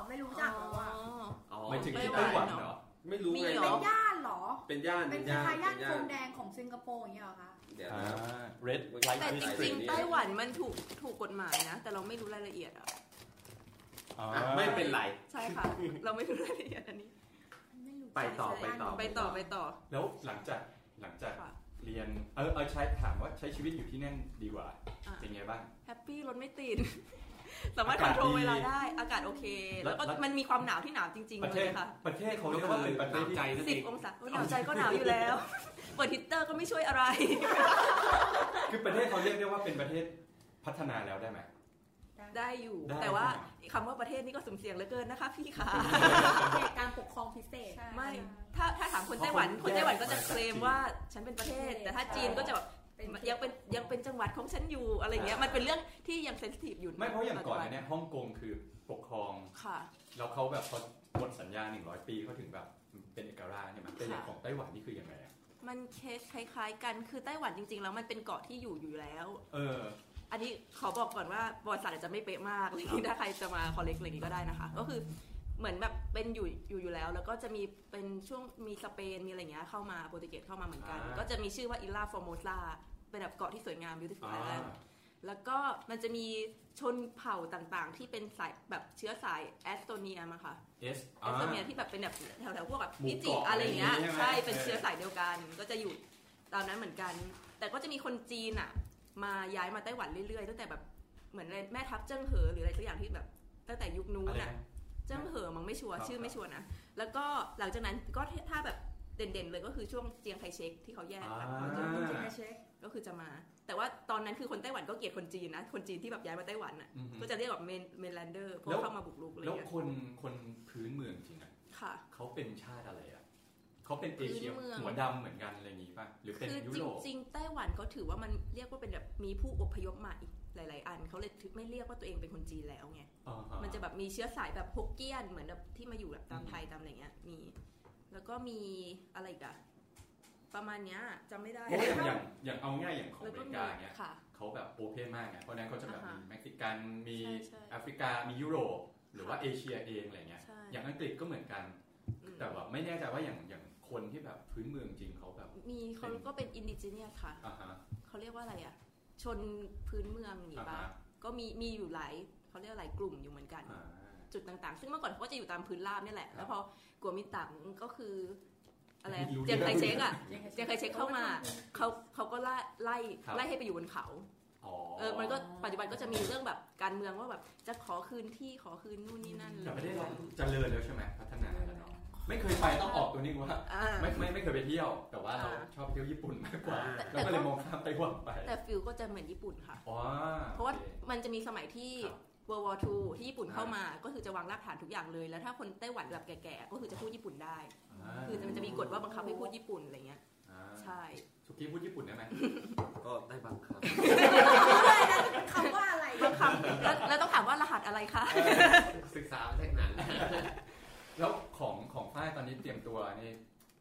[SPEAKER 5] ไม่รู้จักหรอวะ
[SPEAKER 4] อ๋อ
[SPEAKER 2] อ๋อ
[SPEAKER 1] หมายถึงที่
[SPEAKER 4] ไต้
[SPEAKER 1] ไต้
[SPEAKER 4] ห
[SPEAKER 1] ห
[SPEAKER 4] วั
[SPEAKER 1] วัน น
[SPEAKER 4] เห
[SPEAKER 1] เห
[SPEAKER 4] ร
[SPEAKER 1] ร
[SPEAKER 4] อ
[SPEAKER 1] อ
[SPEAKER 2] ไม่รู้
[SPEAKER 4] มี
[SPEAKER 2] ไง
[SPEAKER 4] เหร
[SPEAKER 5] เป็
[SPEAKER 4] อ
[SPEAKER 5] นย่านเหรอ
[SPEAKER 2] เป็นย่าน
[SPEAKER 5] เป็นค
[SPEAKER 2] ย่าน
[SPEAKER 5] ล้ายๆ
[SPEAKER 2] เป็น
[SPEAKER 5] ย่านพร
[SPEAKER 2] ย่าน
[SPEAKER 5] มแดงของสิงคโปร์อย่างเงี้ยเหรอคะ
[SPEAKER 2] เดี๋ยว
[SPEAKER 1] อ่า
[SPEAKER 2] นะ
[SPEAKER 1] red light
[SPEAKER 4] แต่จ
[SPEAKER 1] district
[SPEAKER 4] ริงๆ ไต้หวันมันถูกถูกกฎหมายนะ แต่เราไม่รู้รายละเอียดอ่ะ
[SPEAKER 1] อ่า
[SPEAKER 2] อ่ะไม่เป็นไร
[SPEAKER 4] ใช่ค่ะ เราไม่รู้รายละเอียดอันนี้
[SPEAKER 3] ไม่รู้
[SPEAKER 2] ไปต่อ
[SPEAKER 3] ใช่
[SPEAKER 2] ไปต่อ
[SPEAKER 4] ไปต่อไปต่อ
[SPEAKER 1] แล้วหลังจากหลังจาก
[SPEAKER 4] ค่ะ
[SPEAKER 1] เรียนเออเออใช้ถามว่าใช้ชีวิตอยู่ที่นั่นดีกว่า
[SPEAKER 4] อ่ะ
[SPEAKER 1] เป็นไงบ้าง
[SPEAKER 4] แฮปปี้รถไม่ติด สามารถคอ
[SPEAKER 1] อาา
[SPEAKER 4] ก
[SPEAKER 1] ศ
[SPEAKER 4] นโทรล
[SPEAKER 1] ดี
[SPEAKER 4] เวลาได้ อากาศโอเค แล้วก็
[SPEAKER 1] แล้ว
[SPEAKER 4] มันมีความหนาวที่หนาวจริง
[SPEAKER 1] ประ
[SPEAKER 4] ๆ
[SPEAKER 1] เทศ
[SPEAKER 4] เลยค่ะ
[SPEAKER 1] ประเทศเขาเรียกว่าเป็นประเทศที่
[SPEAKER 2] ใจนั่น
[SPEAKER 4] สิ
[SPEAKER 2] เอบ ง
[SPEAKER 4] องศาโอ้ยหนาวใจก็หนาวอยู่แล้ว เปิดฮิตเตอร์ก็ไม่ช่วยอะไร
[SPEAKER 1] คือประเทศเขาเรียกได้ว่าเป็นประเทศพัฒนาแล้วได้ไหม
[SPEAKER 4] ได้อยู่
[SPEAKER 1] ได้
[SPEAKER 4] แต่ว่าคำว่าประเทศนี่ก็สุ่มเสี่ยงเหลือเกินนะคะพี่ค่ะ
[SPEAKER 5] แต่การปกครองพิเศษ
[SPEAKER 3] ใช่
[SPEAKER 4] ไม่ ถ้าถ้าถามคนไต้หวัน
[SPEAKER 1] เพ
[SPEAKER 4] ค
[SPEAKER 1] ราะคน
[SPEAKER 4] น
[SPEAKER 1] แยก
[SPEAKER 4] ไต้หวันก็จะ
[SPEAKER 1] มาจาก
[SPEAKER 4] เคลม
[SPEAKER 1] จีน
[SPEAKER 4] ว่าฉันเป็นประเทศ แต่ถ้าจีนก็จะแบบ
[SPEAKER 5] เป็น
[SPEAKER 4] ยังเป็นยังเป็นจังหวัดของฉันอยู่อะไรเงี้ย มันเป็นเรื่องที่ยังเซนซิทีฟอยู่
[SPEAKER 1] ไม่เพราะอย่างก่อน
[SPEAKER 4] ปัจ
[SPEAKER 1] อัน
[SPEAKER 4] จุบั
[SPEAKER 1] เนี่ยฮ่องกงคือปกครอง
[SPEAKER 4] ค่ะ
[SPEAKER 1] แล้วเขาแบบพอหมดสัญญา 100 ปีเขาถึงแบบเป็นเอกราชใช่ไหมแต่อย่าง
[SPEAKER 4] ค่ะ
[SPEAKER 1] ของไต้หวันนี่คือยังไงอะ
[SPEAKER 4] มันเคสคล้ายๆกัน คือไต้หวันจริงๆ แล้วมันเป็นเกาะที่อยู่อยู่แล้ว
[SPEAKER 1] เออ
[SPEAKER 4] อันนี้ขอบอกก่อนว่าบริษัทอาจจะไม่เป๊ะมาก อะไรอย่างนี้ถ้าใครจะมาคอลเลกอะไรอย่างนี้ก็ได้นะคะ ก็คือเหมือนแบบเป็นอยู่อยู่อยู่แล้ว แล้วก็จะมีเป็นช่วงมีสเปนมีอะไรอย่างเงี้ยเข้ามาโปรตุเกสเข้ามาเหมือนกัน
[SPEAKER 1] อ่า
[SPEAKER 4] ก็จะมีชื่อว่าอิลลาฟอร์โมซาเป็นแบบเกาะที่สวยงาม beautiful
[SPEAKER 1] อ่า
[SPEAKER 4] island แล้วก็มันจะมีชนเผ่าต่างๆ ที่เป็นสายแบบเชื้อสายแอสโตเนียมาค่ะ
[SPEAKER 1] เอส
[SPEAKER 4] แอสโตเนีย
[SPEAKER 1] า
[SPEAKER 4] ที่แบบเป็นแบบแถวๆพวกแบบ
[SPEAKER 1] หมู่
[SPEAKER 4] พิจิตร
[SPEAKER 1] เกาะ
[SPEAKER 4] อะไรอย่างเงี้ย
[SPEAKER 1] อะไรอย่างงี้ใช่ไหม
[SPEAKER 4] ใช่เป็น
[SPEAKER 1] เออ
[SPEAKER 4] เชื้อสายเดียวกันก็จะอยู่ตามนั้นเหมือนกัน แต่ก็จะมีคนจีนอ่ะ มาย้ายมาไต้หวันเรื่อยๆตั้งแต่แบบเหมือนแม่ทัพเจิ้งเหอหรืออะไรสักอย่างที่แบบตั้งแต่ยุคนู้
[SPEAKER 1] อะ
[SPEAKER 4] น
[SPEAKER 1] ไร
[SPEAKER 4] อ่ะ
[SPEAKER 1] นะ
[SPEAKER 4] เจิ้งเหอมั้งไม่ชัวร์
[SPEAKER 1] ครับ
[SPEAKER 4] ชื่อไม่ชัวร์นะแล้วก็หลังจากนั้นก็ถ้าแบบเด่นๆเลยก็คือช่วงเจียงไคเชกที่เขาแยก
[SPEAKER 1] อ่า
[SPEAKER 4] กัน
[SPEAKER 5] เช็ค
[SPEAKER 4] ก็คือจะมา แต่ว่าตอนนั้นคือคนไต้หวันก็เกลียดคนจีนนะ คนจีนที่แบบย้ายมาไต้หวันอ่ะ
[SPEAKER 1] อือฮึ
[SPEAKER 4] ก็จะเรียกแบบเมนเมนแลนเดอร์เพราะ
[SPEAKER 1] แล้ว
[SPEAKER 4] เข้ามาบุกรุกอะไรอ
[SPEAKER 1] แล้ว
[SPEAKER 4] ย่างเงี้ย
[SPEAKER 1] คนคนพื้นเมืองจริงอะ
[SPEAKER 4] ค่ะ
[SPEAKER 1] เขาเป็นชาติอะไรอะเขาเป็นเอเชีย
[SPEAKER 4] พื้นเมือง
[SPEAKER 1] หัวดำเหมือนกันอะไรอย่างงี้ป่ะหรือเป็น
[SPEAKER 4] คือ
[SPEAKER 1] ยุ
[SPEAKER 4] จ
[SPEAKER 1] โรป
[SPEAKER 4] ริงๆไต้หวันเขาถือว่ามันเรียกว่าเป็นแบบมีผู้อพยพมาอีกหลาย ๆ อันเขาเลยถือไม่เรียกว่าตัวเองเป็นคนจีนแล้วไง
[SPEAKER 1] อ่าฮ
[SPEAKER 4] มันจะแบบมีเชื้อสายแบบฮกเกี้ยนเหมือนแบบที่มาอยู่แบบตามไทยตามอะไรเงี้ยมี แล้วก็มีอะไรอีกอะประมาณเนี้ยจำไม่ได้
[SPEAKER 1] เพราะอย่างอย่างอย่างเอาง่ายอย่างของ
[SPEAKER 4] แล้
[SPEAKER 1] อ
[SPEAKER 4] ว
[SPEAKER 1] เม
[SPEAKER 4] ก็
[SPEAKER 1] ริ
[SPEAKER 4] มี
[SPEAKER 1] กาเนี้ย
[SPEAKER 4] ค่ะ
[SPEAKER 1] เขาแบบโอเพนมากไงเพราะฉะนั้นเขาจะแบบ
[SPEAKER 4] อ่าฮะ
[SPEAKER 1] มีเม็กซิกันมี
[SPEAKER 4] ใช่ใช่
[SPEAKER 1] แอฟริกามียุโรปหรือว่าเอเชียเองอะไรเงี้ย
[SPEAKER 4] ใช่
[SPEAKER 1] อย่างอังกฤษก็เหมือนกัน
[SPEAKER 4] อืม
[SPEAKER 1] แต่แบบไม่แน่ใจว่าอย่างอย่างคนที่แบบพื้นเมืองจริงเขาแบบ
[SPEAKER 4] มีเขาก็เป็นอินดิเจเนียค่ะ
[SPEAKER 1] อ่าฮะ
[SPEAKER 4] เขาเรียกว่าอะไรอะชนพื้นเมืองอ
[SPEAKER 1] อ่า
[SPEAKER 4] ย่างงี้ปะ
[SPEAKER 1] ฮะ
[SPEAKER 4] ก็มีมีอยู่หลายเขาเรียกว่าหลายกลุ่มอยู่เหมือนกัน
[SPEAKER 1] อ่า
[SPEAKER 4] จุดต่างๆ ซึ่งเมื่อก่อนเขาก็จะอยู่ตามพื้นราบเนี่ยแหละ
[SPEAKER 1] ครับ
[SPEAKER 4] แล้วพอกัวมิตังก็คืออะไร
[SPEAKER 1] ม่รู้
[SPEAKER 4] เจียงไคเชกอ่ะ
[SPEAKER 5] ยังไง
[SPEAKER 4] เจียงไคเชกเข้ามา เขาเขาก็ไล่ไล่ไล่ให้ไปอยู่บนเขา
[SPEAKER 1] อ๋อ
[SPEAKER 4] เออมันก็ปัจจุบันก็จะมีเรื่องแบบการเมืองว่าแบบจะขอคืนที่ขอคืนนู่นนี่นั่น
[SPEAKER 1] แต่ประเทศเราเจริญแล้วใช่ไหมพัฒนาแล้วเนาะไม่เคยไปต้องออกตัวนี้ว่า
[SPEAKER 4] อ่า
[SPEAKER 1] ไม่ไม่ไม่เคยไปเที่ยว แต่ว่าเรา
[SPEAKER 4] อ่า
[SPEAKER 1] ชอบไปเที่ยวญี่ปุ่นมากกว่า
[SPEAKER 4] แต่
[SPEAKER 1] แล้วก็เล
[SPEAKER 4] แต่ก็
[SPEAKER 1] ยมองข้ามไต้หวันไป
[SPEAKER 4] แต่ฟิลก็จะเหมือนญี่ปุ่นค่ะ
[SPEAKER 1] อ๋อ
[SPEAKER 4] เพราะว่า
[SPEAKER 1] โอค
[SPEAKER 4] มันจะมีสมัยที่
[SPEAKER 1] ครับ
[SPEAKER 4] World War II ที่ญี่ปุ่นเข้ามาก็คือจะวางรากฐานทุกอย่างเลย แล้วถ้าคนไต้หวันแบบแก่ๆก็คือจะพูดญี่ปุ่นได้
[SPEAKER 1] า
[SPEAKER 4] คือมันจะมีกฎว่าบังคับให้พูดญี่ปุ่นอะไรเงี้ย
[SPEAKER 1] อ่า
[SPEAKER 4] ใช่
[SPEAKER 1] สุกี้พูดญี่ปุ่นได้ไหม
[SPEAKER 2] ก็ได้บางครั้ง
[SPEAKER 5] คำว่าอะไร
[SPEAKER 4] บางคำแล้วแล้วต้องถามว่ารหัสอะไรคะ
[SPEAKER 2] ศึกษามาจากหนัง
[SPEAKER 1] แล้วของของฝ้ายตอนนี้เตรียมตัวนี่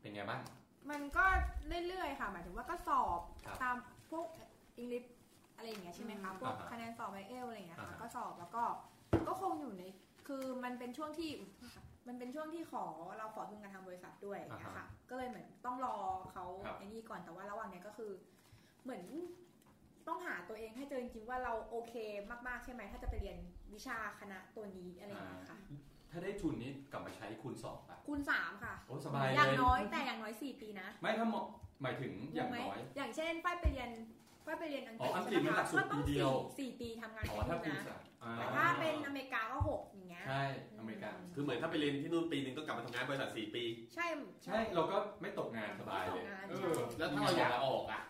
[SPEAKER 1] เป็นไงบ้าง
[SPEAKER 5] มันก็เรื่อยๆค่ะ หมายถึงว่าก็สอบ
[SPEAKER 1] ครับ
[SPEAKER 5] ตามพวกอังกฤษอะไรอย่างเงี้ยใช่ไหมคะพวก
[SPEAKER 1] อ่าฮะ
[SPEAKER 5] คะแนนสอบไอเอลอะไรอย่างเงี้ย
[SPEAKER 1] อ่า
[SPEAKER 5] ค่ะ
[SPEAKER 1] ฮะ
[SPEAKER 5] ก็สอบแล้วก็ก็คงอยู่ในคือมันเป็นช่วงที่มันเป็นช่วงที่ขอเราขอทุนการทางบริษัทด้วยอย่างเงี้ยค่ะ ก็เลยเหมือนต้องรอเขาไอ้นี่ก่อนแต่ว่าระหว่างเนี้ยก็คือ เหมือนต้องหาตัวเองให้เจอจริงๆว่าเราโอเคมากๆใช่ไหมถ้าจะไปเรียนวิชาคณะตัวนี้อะไรอย่างเงี้ยค่ะ
[SPEAKER 1] ถ้าได้ทุนนี้กลับมาใช้คูณสองป่ะ
[SPEAKER 5] คูณสามค่ะ
[SPEAKER 1] โอ้สบาย
[SPEAKER 5] อย่าง
[SPEAKER 1] เลย
[SPEAKER 5] น้อยแต่อย่างน้อยสี่ปีนะ
[SPEAKER 1] ไม่ถ้าเหมาะหมายถึงอย่างน้อย
[SPEAKER 5] อย่างเช่นป้ายไปเรียนป้ายไปเรียนอังก
[SPEAKER 1] อ๋
[SPEAKER 5] ฤ
[SPEAKER 1] อ
[SPEAKER 5] ษ
[SPEAKER 1] อังกฤษมันหลักสูตรปีเดียว
[SPEAKER 5] สี่ปีทำงาน
[SPEAKER 1] อ๋อ
[SPEAKER 5] ที่
[SPEAKER 1] ถ้าคูณ
[SPEAKER 5] นู่นนะ
[SPEAKER 1] สามอ่
[SPEAKER 5] แต่ถ้าเป็นอเมริกาก็หกอย่างเงี้ย
[SPEAKER 1] ใช่อเมริกา
[SPEAKER 2] คือเหมือนถ้าไปเรียนที่นู่นปีหนึงก็กลับมาทำงานบริษัทสี่ปี
[SPEAKER 5] ใช่
[SPEAKER 1] ใช่เราก็ไม่ตกงานสบายเลยเออ
[SPEAKER 2] แล้วถ้าเราอยากออกอ่ะ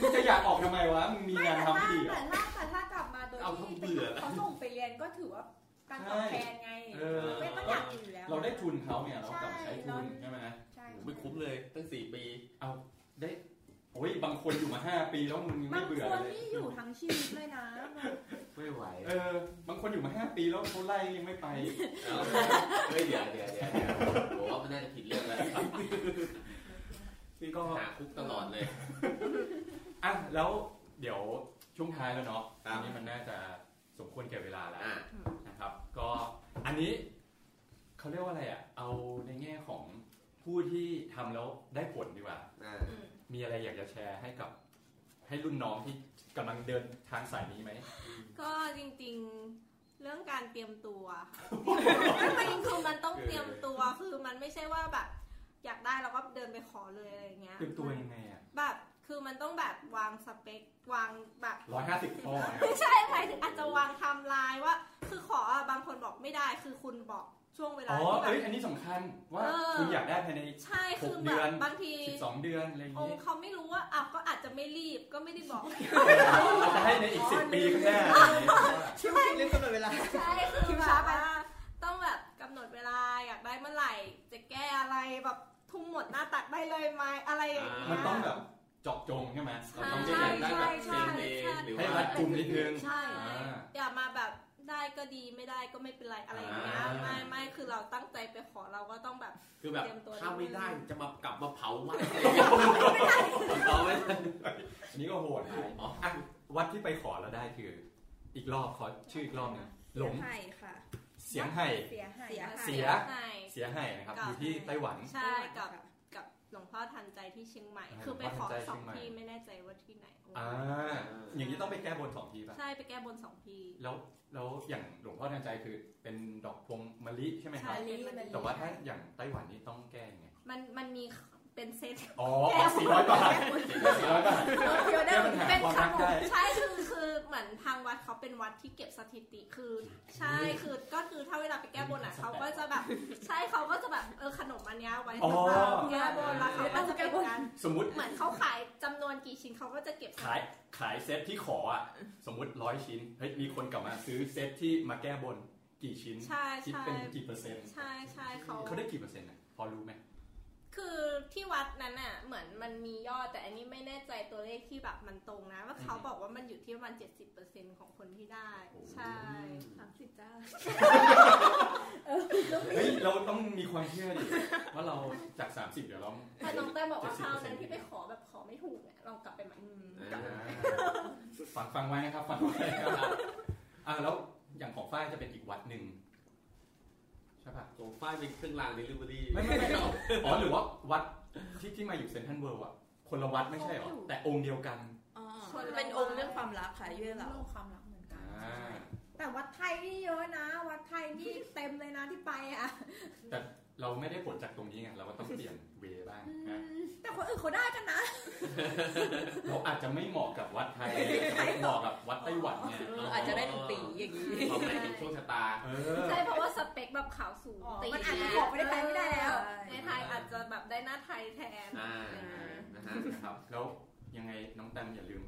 [SPEAKER 1] มึงจะอยากออกทำไมวะมึงมี
[SPEAKER 5] ไม่
[SPEAKER 1] งาน
[SPEAKER 5] แต่
[SPEAKER 1] ทำ
[SPEAKER 5] ถ้า
[SPEAKER 1] ไม่ดีเหรอ
[SPEAKER 5] แต่ถ้าแต่ถ้ากลับมาโดย
[SPEAKER 2] เอา
[SPEAKER 5] ที่
[SPEAKER 2] เบื่อแล้ว
[SPEAKER 5] เขาส่งไปเรียนก็ถือว่าการตอบแทนไง
[SPEAKER 1] เออ
[SPEAKER 5] ไม่ต้องอยากอยู่แล้ว
[SPEAKER 1] เราได้ทุนเขาเนี่ยเรากลับมาใช้ทุน
[SPEAKER 5] ใช่
[SPEAKER 1] ใช่ไหม
[SPEAKER 5] ใช่
[SPEAKER 2] โอ้โหไม่คุ้มเลยตั้งสี่ปี
[SPEAKER 1] ได้โอ้ยบางคนอยู่มาห้าปีแล้วมึงยัง
[SPEAKER 5] บา
[SPEAKER 1] ไม่
[SPEAKER 5] ง
[SPEAKER 1] เบื่อ
[SPEAKER 5] คน
[SPEAKER 1] เลย
[SPEAKER 5] นี่อยู่ทั้งชีวิตเลยนะ
[SPEAKER 2] ไม่ไหว
[SPEAKER 1] เออบางคนอยู่มาห้าปีแล้วเขาไล่ยังไม่ไป
[SPEAKER 2] เฮ้ยเดี๋ยวเดี๋ยวเดี๋ยวเดี๋ยวผมว่ามันน่าจะผิดเรื่องแล้ว
[SPEAKER 1] ก็
[SPEAKER 2] หาคุกตลอดเลย
[SPEAKER 1] อ่ะแล้วเดี๋ยวช่วงท้ายแล้วเนาะ
[SPEAKER 2] ครับ
[SPEAKER 1] อันนี้มันน่าจะสมควรแก่เวลาแล้ว
[SPEAKER 2] อ่ะ
[SPEAKER 1] นะครับ ก็อันนี้เขาเรียกว่าอะไรอ่ะ เอาในแง่ของผู้ที่ทำแล้วได้ผลดีกว่า
[SPEAKER 2] อ่ะ
[SPEAKER 1] มีอะไรอยากจะแชร์ให้กับ ให้รุ่นน้องที่กำลังเดินทางสายนี้ไหม
[SPEAKER 3] ก็จริงๆ เรื่องการเตรียมตัว ค่ะมันคือมันต้องเตรียม ตัวคือมันไม่ใช่ว่าแบบ อยากได้เราก็เดินไปขอเลยอะไรอย่างเงี้ย
[SPEAKER 1] เตรียมตัวยังไงอ่ะ
[SPEAKER 3] แบบคือมันต้องแบบวางสเปควางแบบ
[SPEAKER 1] ร้อยห้าสิบข้ออะ
[SPEAKER 3] ไม่ใช่หมายถึงอาจจะวางไทำลายว่า คือขออะบางคนบอกไม่ได้คือคุณบอกช่วงเวลา
[SPEAKER 1] อ๋อ
[SPEAKER 3] ที่แบ
[SPEAKER 1] เอ้ย
[SPEAKER 3] บ
[SPEAKER 1] อันนี้สำคัญว่า
[SPEAKER 3] เออ
[SPEAKER 1] คุณอยากได้ภายใน
[SPEAKER 3] ใช่คือ
[SPEAKER 1] หก
[SPEAKER 3] แบ
[SPEAKER 1] เดือบ น
[SPEAKER 3] บางที
[SPEAKER 1] สิบสองเดือนอะไรอย่าง
[SPEAKER 3] อง
[SPEAKER 1] นี้
[SPEAKER 3] ค์เขาไม่รู้ว่าอ้าวก็อาจจะไม่รีบก็ไม่ได้บอก
[SPEAKER 1] อาจจะให้ในอีกสิบปีข้างหน้าอะไรอย่างนี้
[SPEAKER 7] ช่วงเล่นตลอดเวลา
[SPEAKER 3] ใช่คือแบบว่าต้องแบบกำหนดเวลาอยากได้เมื่อไหร่ จะแก้อะไรแบบทุ่มหมดหน้าตักได้เลยไหมอะไรอย่างเงี้ย
[SPEAKER 1] มันต้องแบบเจาะจงใช่ไหมเราต้อง
[SPEAKER 3] ใช่
[SPEAKER 1] ได้
[SPEAKER 2] ได้
[SPEAKER 1] แบบ
[SPEAKER 2] แบบเป็นเองหรือ
[SPEAKER 1] ให้
[SPEAKER 2] ว่า
[SPEAKER 1] รัดกุมนิดนึง
[SPEAKER 3] ใช่
[SPEAKER 1] อ่า
[SPEAKER 3] อย่ามาแบบได้ก็ดีไม่ได้ก็ไม่เป็นไรอะไรอย่างเงี้ย
[SPEAKER 2] อ่า
[SPEAKER 3] ไม่ไม่คือเราตั้งใจไปขอเราก็ต้องแบบ
[SPEAKER 2] คือแบบ
[SPEAKER 3] เตรียมตัว
[SPEAKER 2] ถ้าไม่ได้จะมากลับมาเผาวัดอะไรอย่างเงี้ยเอาไม่ได้
[SPEAKER 1] อันนี้ก็โหดนะ
[SPEAKER 2] อ๋อ
[SPEAKER 1] อ่ะวัดที่ไปขอแล้วได้คือ อีกรอบขอชื่ออีกรอบหนึงหลง
[SPEAKER 4] ใช่ค่ะ
[SPEAKER 1] เสียงไห่
[SPEAKER 5] เสียหาย
[SPEAKER 4] เสีย
[SPEAKER 1] เสีย
[SPEAKER 3] ให้
[SPEAKER 1] เสียไห่นะครับ
[SPEAKER 3] กั
[SPEAKER 1] อบ ยู่ที่ไต้หวัน
[SPEAKER 3] ใช่กับ กับหลวงพ่อทันใจที่เชียงใหม่
[SPEAKER 1] อ่า
[SPEAKER 3] คือไป
[SPEAKER 1] หลวง
[SPEAKER 3] ขอ
[SPEAKER 1] พ่อทันใจ
[SPEAKER 3] สอง
[SPEAKER 1] เชียงใหม่
[SPEAKER 3] ที่ไม่แน่ใจว่าที่ไหนองค์
[SPEAKER 1] อ่าอย่างนี้ต้องไปแก้บนสองทีป่ะ
[SPEAKER 3] ใช่ไปแก้บนสองที่
[SPEAKER 1] แล้วแล้วอย่างหลวงพ่อทันใจคือเป็นดอกพวงมะลิใช่ไหมครับ
[SPEAKER 3] ใช่
[SPEAKER 5] ลิมัน
[SPEAKER 1] แต่ว่าถ้าอย่างไต้หวันนี่ต้องแก้ยังไง
[SPEAKER 3] มันมันมีเป็นเซต
[SPEAKER 1] อ๋อ
[SPEAKER 3] แก้บน
[SPEAKER 1] สี่ร้อยบาทสี่ร้อยบาท
[SPEAKER 5] เดียวได้
[SPEAKER 1] ปัญหา
[SPEAKER 3] เป็น
[SPEAKER 1] ความรักได้
[SPEAKER 3] ใช่คือคือเหมือนทางวัดเขาเป็นวัดที่เก็บสถิติคือ ใช่คือก็คือถ้าเวลาไปแก้บนอ่ะเขาก็จะ แบบใช่เขาก็จะแบบเออขนมอันเนี้ยไว้สำหรับแก้บนแล้วเขาก็จะเป็นการ
[SPEAKER 1] สมมติ
[SPEAKER 3] เหมือนเขาขายจำนวนกี่ชิ้นเขาก็จะเก็บ
[SPEAKER 1] ขายขายเซตที่ขออ่ะสมมติร้อยชิ้นเฮ้ยมีคนกลับมาซื้อเซตที่มาแก้บนกี่ชิ้น
[SPEAKER 3] ใช่
[SPEAKER 1] คิด
[SPEAKER 3] ใช่
[SPEAKER 1] เป็นกี่เปอร์เซ็นต์
[SPEAKER 3] ใช่ใช่เขา
[SPEAKER 1] เขาได้กี่เปอร์เซ็นต์นะพอรู้ไหม
[SPEAKER 3] คือที่วัดนั้นอ่ะเหมือนมันมียอดแต่อันนี้ไม่แน่ใจตัวเลขที่แบบมันตรงนะ ว่าเขา
[SPEAKER 1] อืม
[SPEAKER 3] บอกว่ามันอยู่ที่ประมาณ70%ของคนที่ได้ ใช่
[SPEAKER 4] สามสิบเจ้า
[SPEAKER 1] เฮ้ยเราต้องมีความเชื่อดิว่าเราจาก 30 เดี๋ยวเรา
[SPEAKER 3] แต่น้องแต้มบอกว่า
[SPEAKER 1] 70%
[SPEAKER 3] คราวนั้นที่ไปขอแบบขอไม่ถูกเนี่ยลองกลับไปใหม่
[SPEAKER 2] อ่า
[SPEAKER 1] ฟังฟังไว้นะครับฟังไว้นะครับอ่าแล้วอย่างของฝ้ายจะเป็นอีกวัดหนึ่งใช่ปะ
[SPEAKER 2] ของฝ้ายเป็นเครื่องรางเดลิเวอรี่
[SPEAKER 1] ไม่ไม่ไม่อ๋อหรือว่าวัดที่ที่มาอยู่เซนทรัลเวิลด์อะคนละวัดไม่ใช่เหรอ แต่องค์เดียวกัน
[SPEAKER 4] อ๋อเป็นองค์เรื่องความรักค่ะเยื่อเรา
[SPEAKER 5] โลกความรักเหมือนกัน
[SPEAKER 1] อ่า
[SPEAKER 5] แต่วัดไทยนี่เยอะนะ วัดไทยนี่เต็มเลยนะที่ไปอ่ะ
[SPEAKER 1] เราไม่ได้ผลจากตรงนี้ไงเราก็ต้อง เปลี่ยนเวบ้างนะ
[SPEAKER 5] แต่คนอื่นเขาได้กันนะ
[SPEAKER 1] เราอาจจะไม่เหมาะกับวัดไทยไม่เหมาะกับวัดไต้หวันไง
[SPEAKER 2] เอออา
[SPEAKER 4] อา
[SPEAKER 2] จ
[SPEAKER 4] จ
[SPEAKER 2] จะ
[SPEAKER 4] จะ
[SPEAKER 2] ได้
[SPEAKER 4] ได้
[SPEAKER 2] ห
[SPEAKER 4] ห
[SPEAKER 2] นึ่
[SPEAKER 4] นึ่
[SPEAKER 2] ง
[SPEAKER 4] ง
[SPEAKER 2] ปี
[SPEAKER 4] ปีอย่
[SPEAKER 2] อา
[SPEAKER 4] ย่าง ง
[SPEAKER 2] นี้ค
[SPEAKER 4] นี้
[SPEAKER 2] วามหมายถึงโชคชะตา
[SPEAKER 1] เออ
[SPEAKER 3] ใช่เพราะว่าสเปคแบบขาวสูง
[SPEAKER 5] อ๋อ
[SPEAKER 3] ตี
[SPEAKER 5] มันอาจจะขอไม่ได้ไปไม่ได้แล้ว
[SPEAKER 3] ในไทยอาจจะแบบได้หน้าไทยแทน
[SPEAKER 2] อ่านะฮะนะครับ
[SPEAKER 1] แล้วยังไงน้องแตมอย่าลืม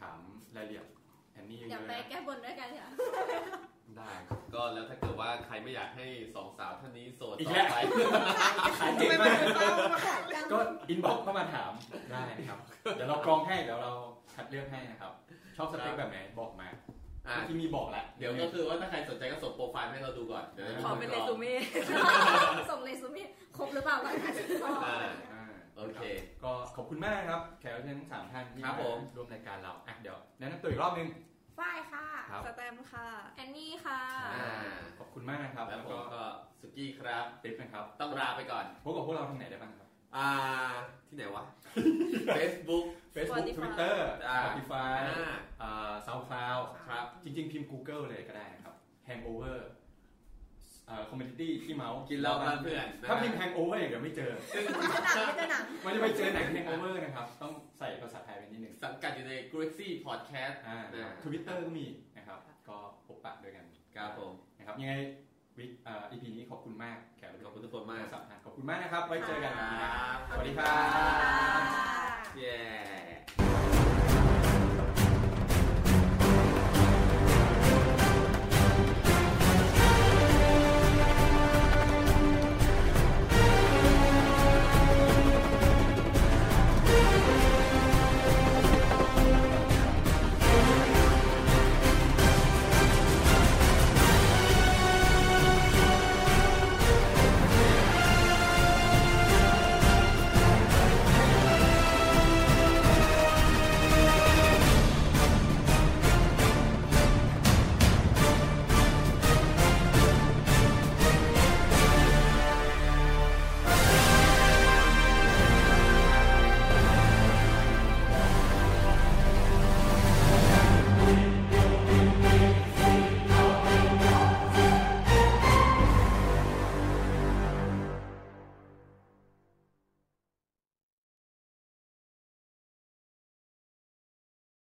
[SPEAKER 1] ถามรายละเอียดแอนนี่เย
[SPEAKER 3] อย่า
[SPEAKER 1] อะๆ
[SPEAKER 3] ไป
[SPEAKER 1] นะ
[SPEAKER 3] แก้บนด้วยกันค่ะ
[SPEAKER 1] ได้
[SPEAKER 2] ก็แล้วถ้าเกิดว่าใครไม่อยากให้สองสาวท่านนี้โสด
[SPEAKER 1] อีก
[SPEAKER 2] ต่อ
[SPEAKER 1] แล้ว
[SPEAKER 2] ไป
[SPEAKER 1] ขายเก่งมากก็อินบ็อกเข้ามาถามได้ครับ เดี๋ยวเรากรองให้เดี๋ยวเราคัดเลือกให้นะครับ ชอบสเปคแบบไหนบอกมา
[SPEAKER 2] อ่า
[SPEAKER 1] ที่มีบอกแล้ว
[SPEAKER 2] เดี๋ยวก็คือว่าถ้าใครสนใจก็ส่งโปรไฟล์ให้เราดูก่อน เดี๋ยว
[SPEAKER 4] ขอเป็นเรซูเม่
[SPEAKER 3] ส่งเรซูเม่ครบหรือเปล่าก่อนค่ะ
[SPEAKER 2] อ่า
[SPEAKER 1] อ่า
[SPEAKER 2] โอเค
[SPEAKER 1] ก็ขอบคุณมากนะครับ แขกรับเชิญทั้งสามท่านที่
[SPEAKER 2] ครับผม
[SPEAKER 1] ร่วมรายการเราอ่ะเดี๋ยวแนะนำตัวอีกรอบนึง
[SPEAKER 5] ฝ้ายค่ะ
[SPEAKER 1] ครับ
[SPEAKER 4] สแตมป์ค่ะ
[SPEAKER 3] แอนนี่ค่ะ
[SPEAKER 2] อ่า
[SPEAKER 1] ขอบคุณมากนะครับ
[SPEAKER 2] แล้
[SPEAKER 1] แล้ว ว
[SPEAKER 2] ผม
[SPEAKER 1] ก็
[SPEAKER 2] ก็สุกี้ครับ
[SPEAKER 1] ติ๊บนะครับ
[SPEAKER 2] ต้องลาไปก่อน
[SPEAKER 1] พบกับพวกเราทางไหนได้บ้างครับ
[SPEAKER 2] อ่า ที่ไหนวะ Facebook
[SPEAKER 1] Facebook
[SPEAKER 4] Spotify
[SPEAKER 1] Twitter
[SPEAKER 2] อ่า
[SPEAKER 1] Spotify
[SPEAKER 2] อ่า
[SPEAKER 1] ซาวคลาว
[SPEAKER 2] ครับ
[SPEAKER 1] จริงๆ พิมพ์ Google เลยก็ได้นะครับ Hangover คอมมูนิตี้ที่เมาส์
[SPEAKER 2] กินเหล้าบ้านเพื่อนนะ
[SPEAKER 1] ถ้าพิมพ์ Hangover อย่างเดียวไม่เจอ
[SPEAKER 2] ซึ่ง
[SPEAKER 1] มันจะไปเจอหนัง Hangover นะครับ ต้องใส่ภาษาไทยไปนิดหนึ่ง
[SPEAKER 2] สังกัดอยู่ใน g r a c y Podcast
[SPEAKER 1] อ่าทวิตเตอร์ก็มีนะครับ ก็พบปะด้วยกัน
[SPEAKER 2] ครับผม
[SPEAKER 1] นะครับ ยังไงวิกอีพีนี้ขอบคุณมากแขกรับ
[SPEAKER 2] ข
[SPEAKER 1] เชิ
[SPEAKER 2] อบ
[SPEAKER 1] ญ
[SPEAKER 2] คุณทุกคนมาม
[SPEAKER 1] าก กสามท่านขอบคุณมากนะครับ ไว้เจอกัน
[SPEAKER 2] ครับ
[SPEAKER 1] สวัสดีครับ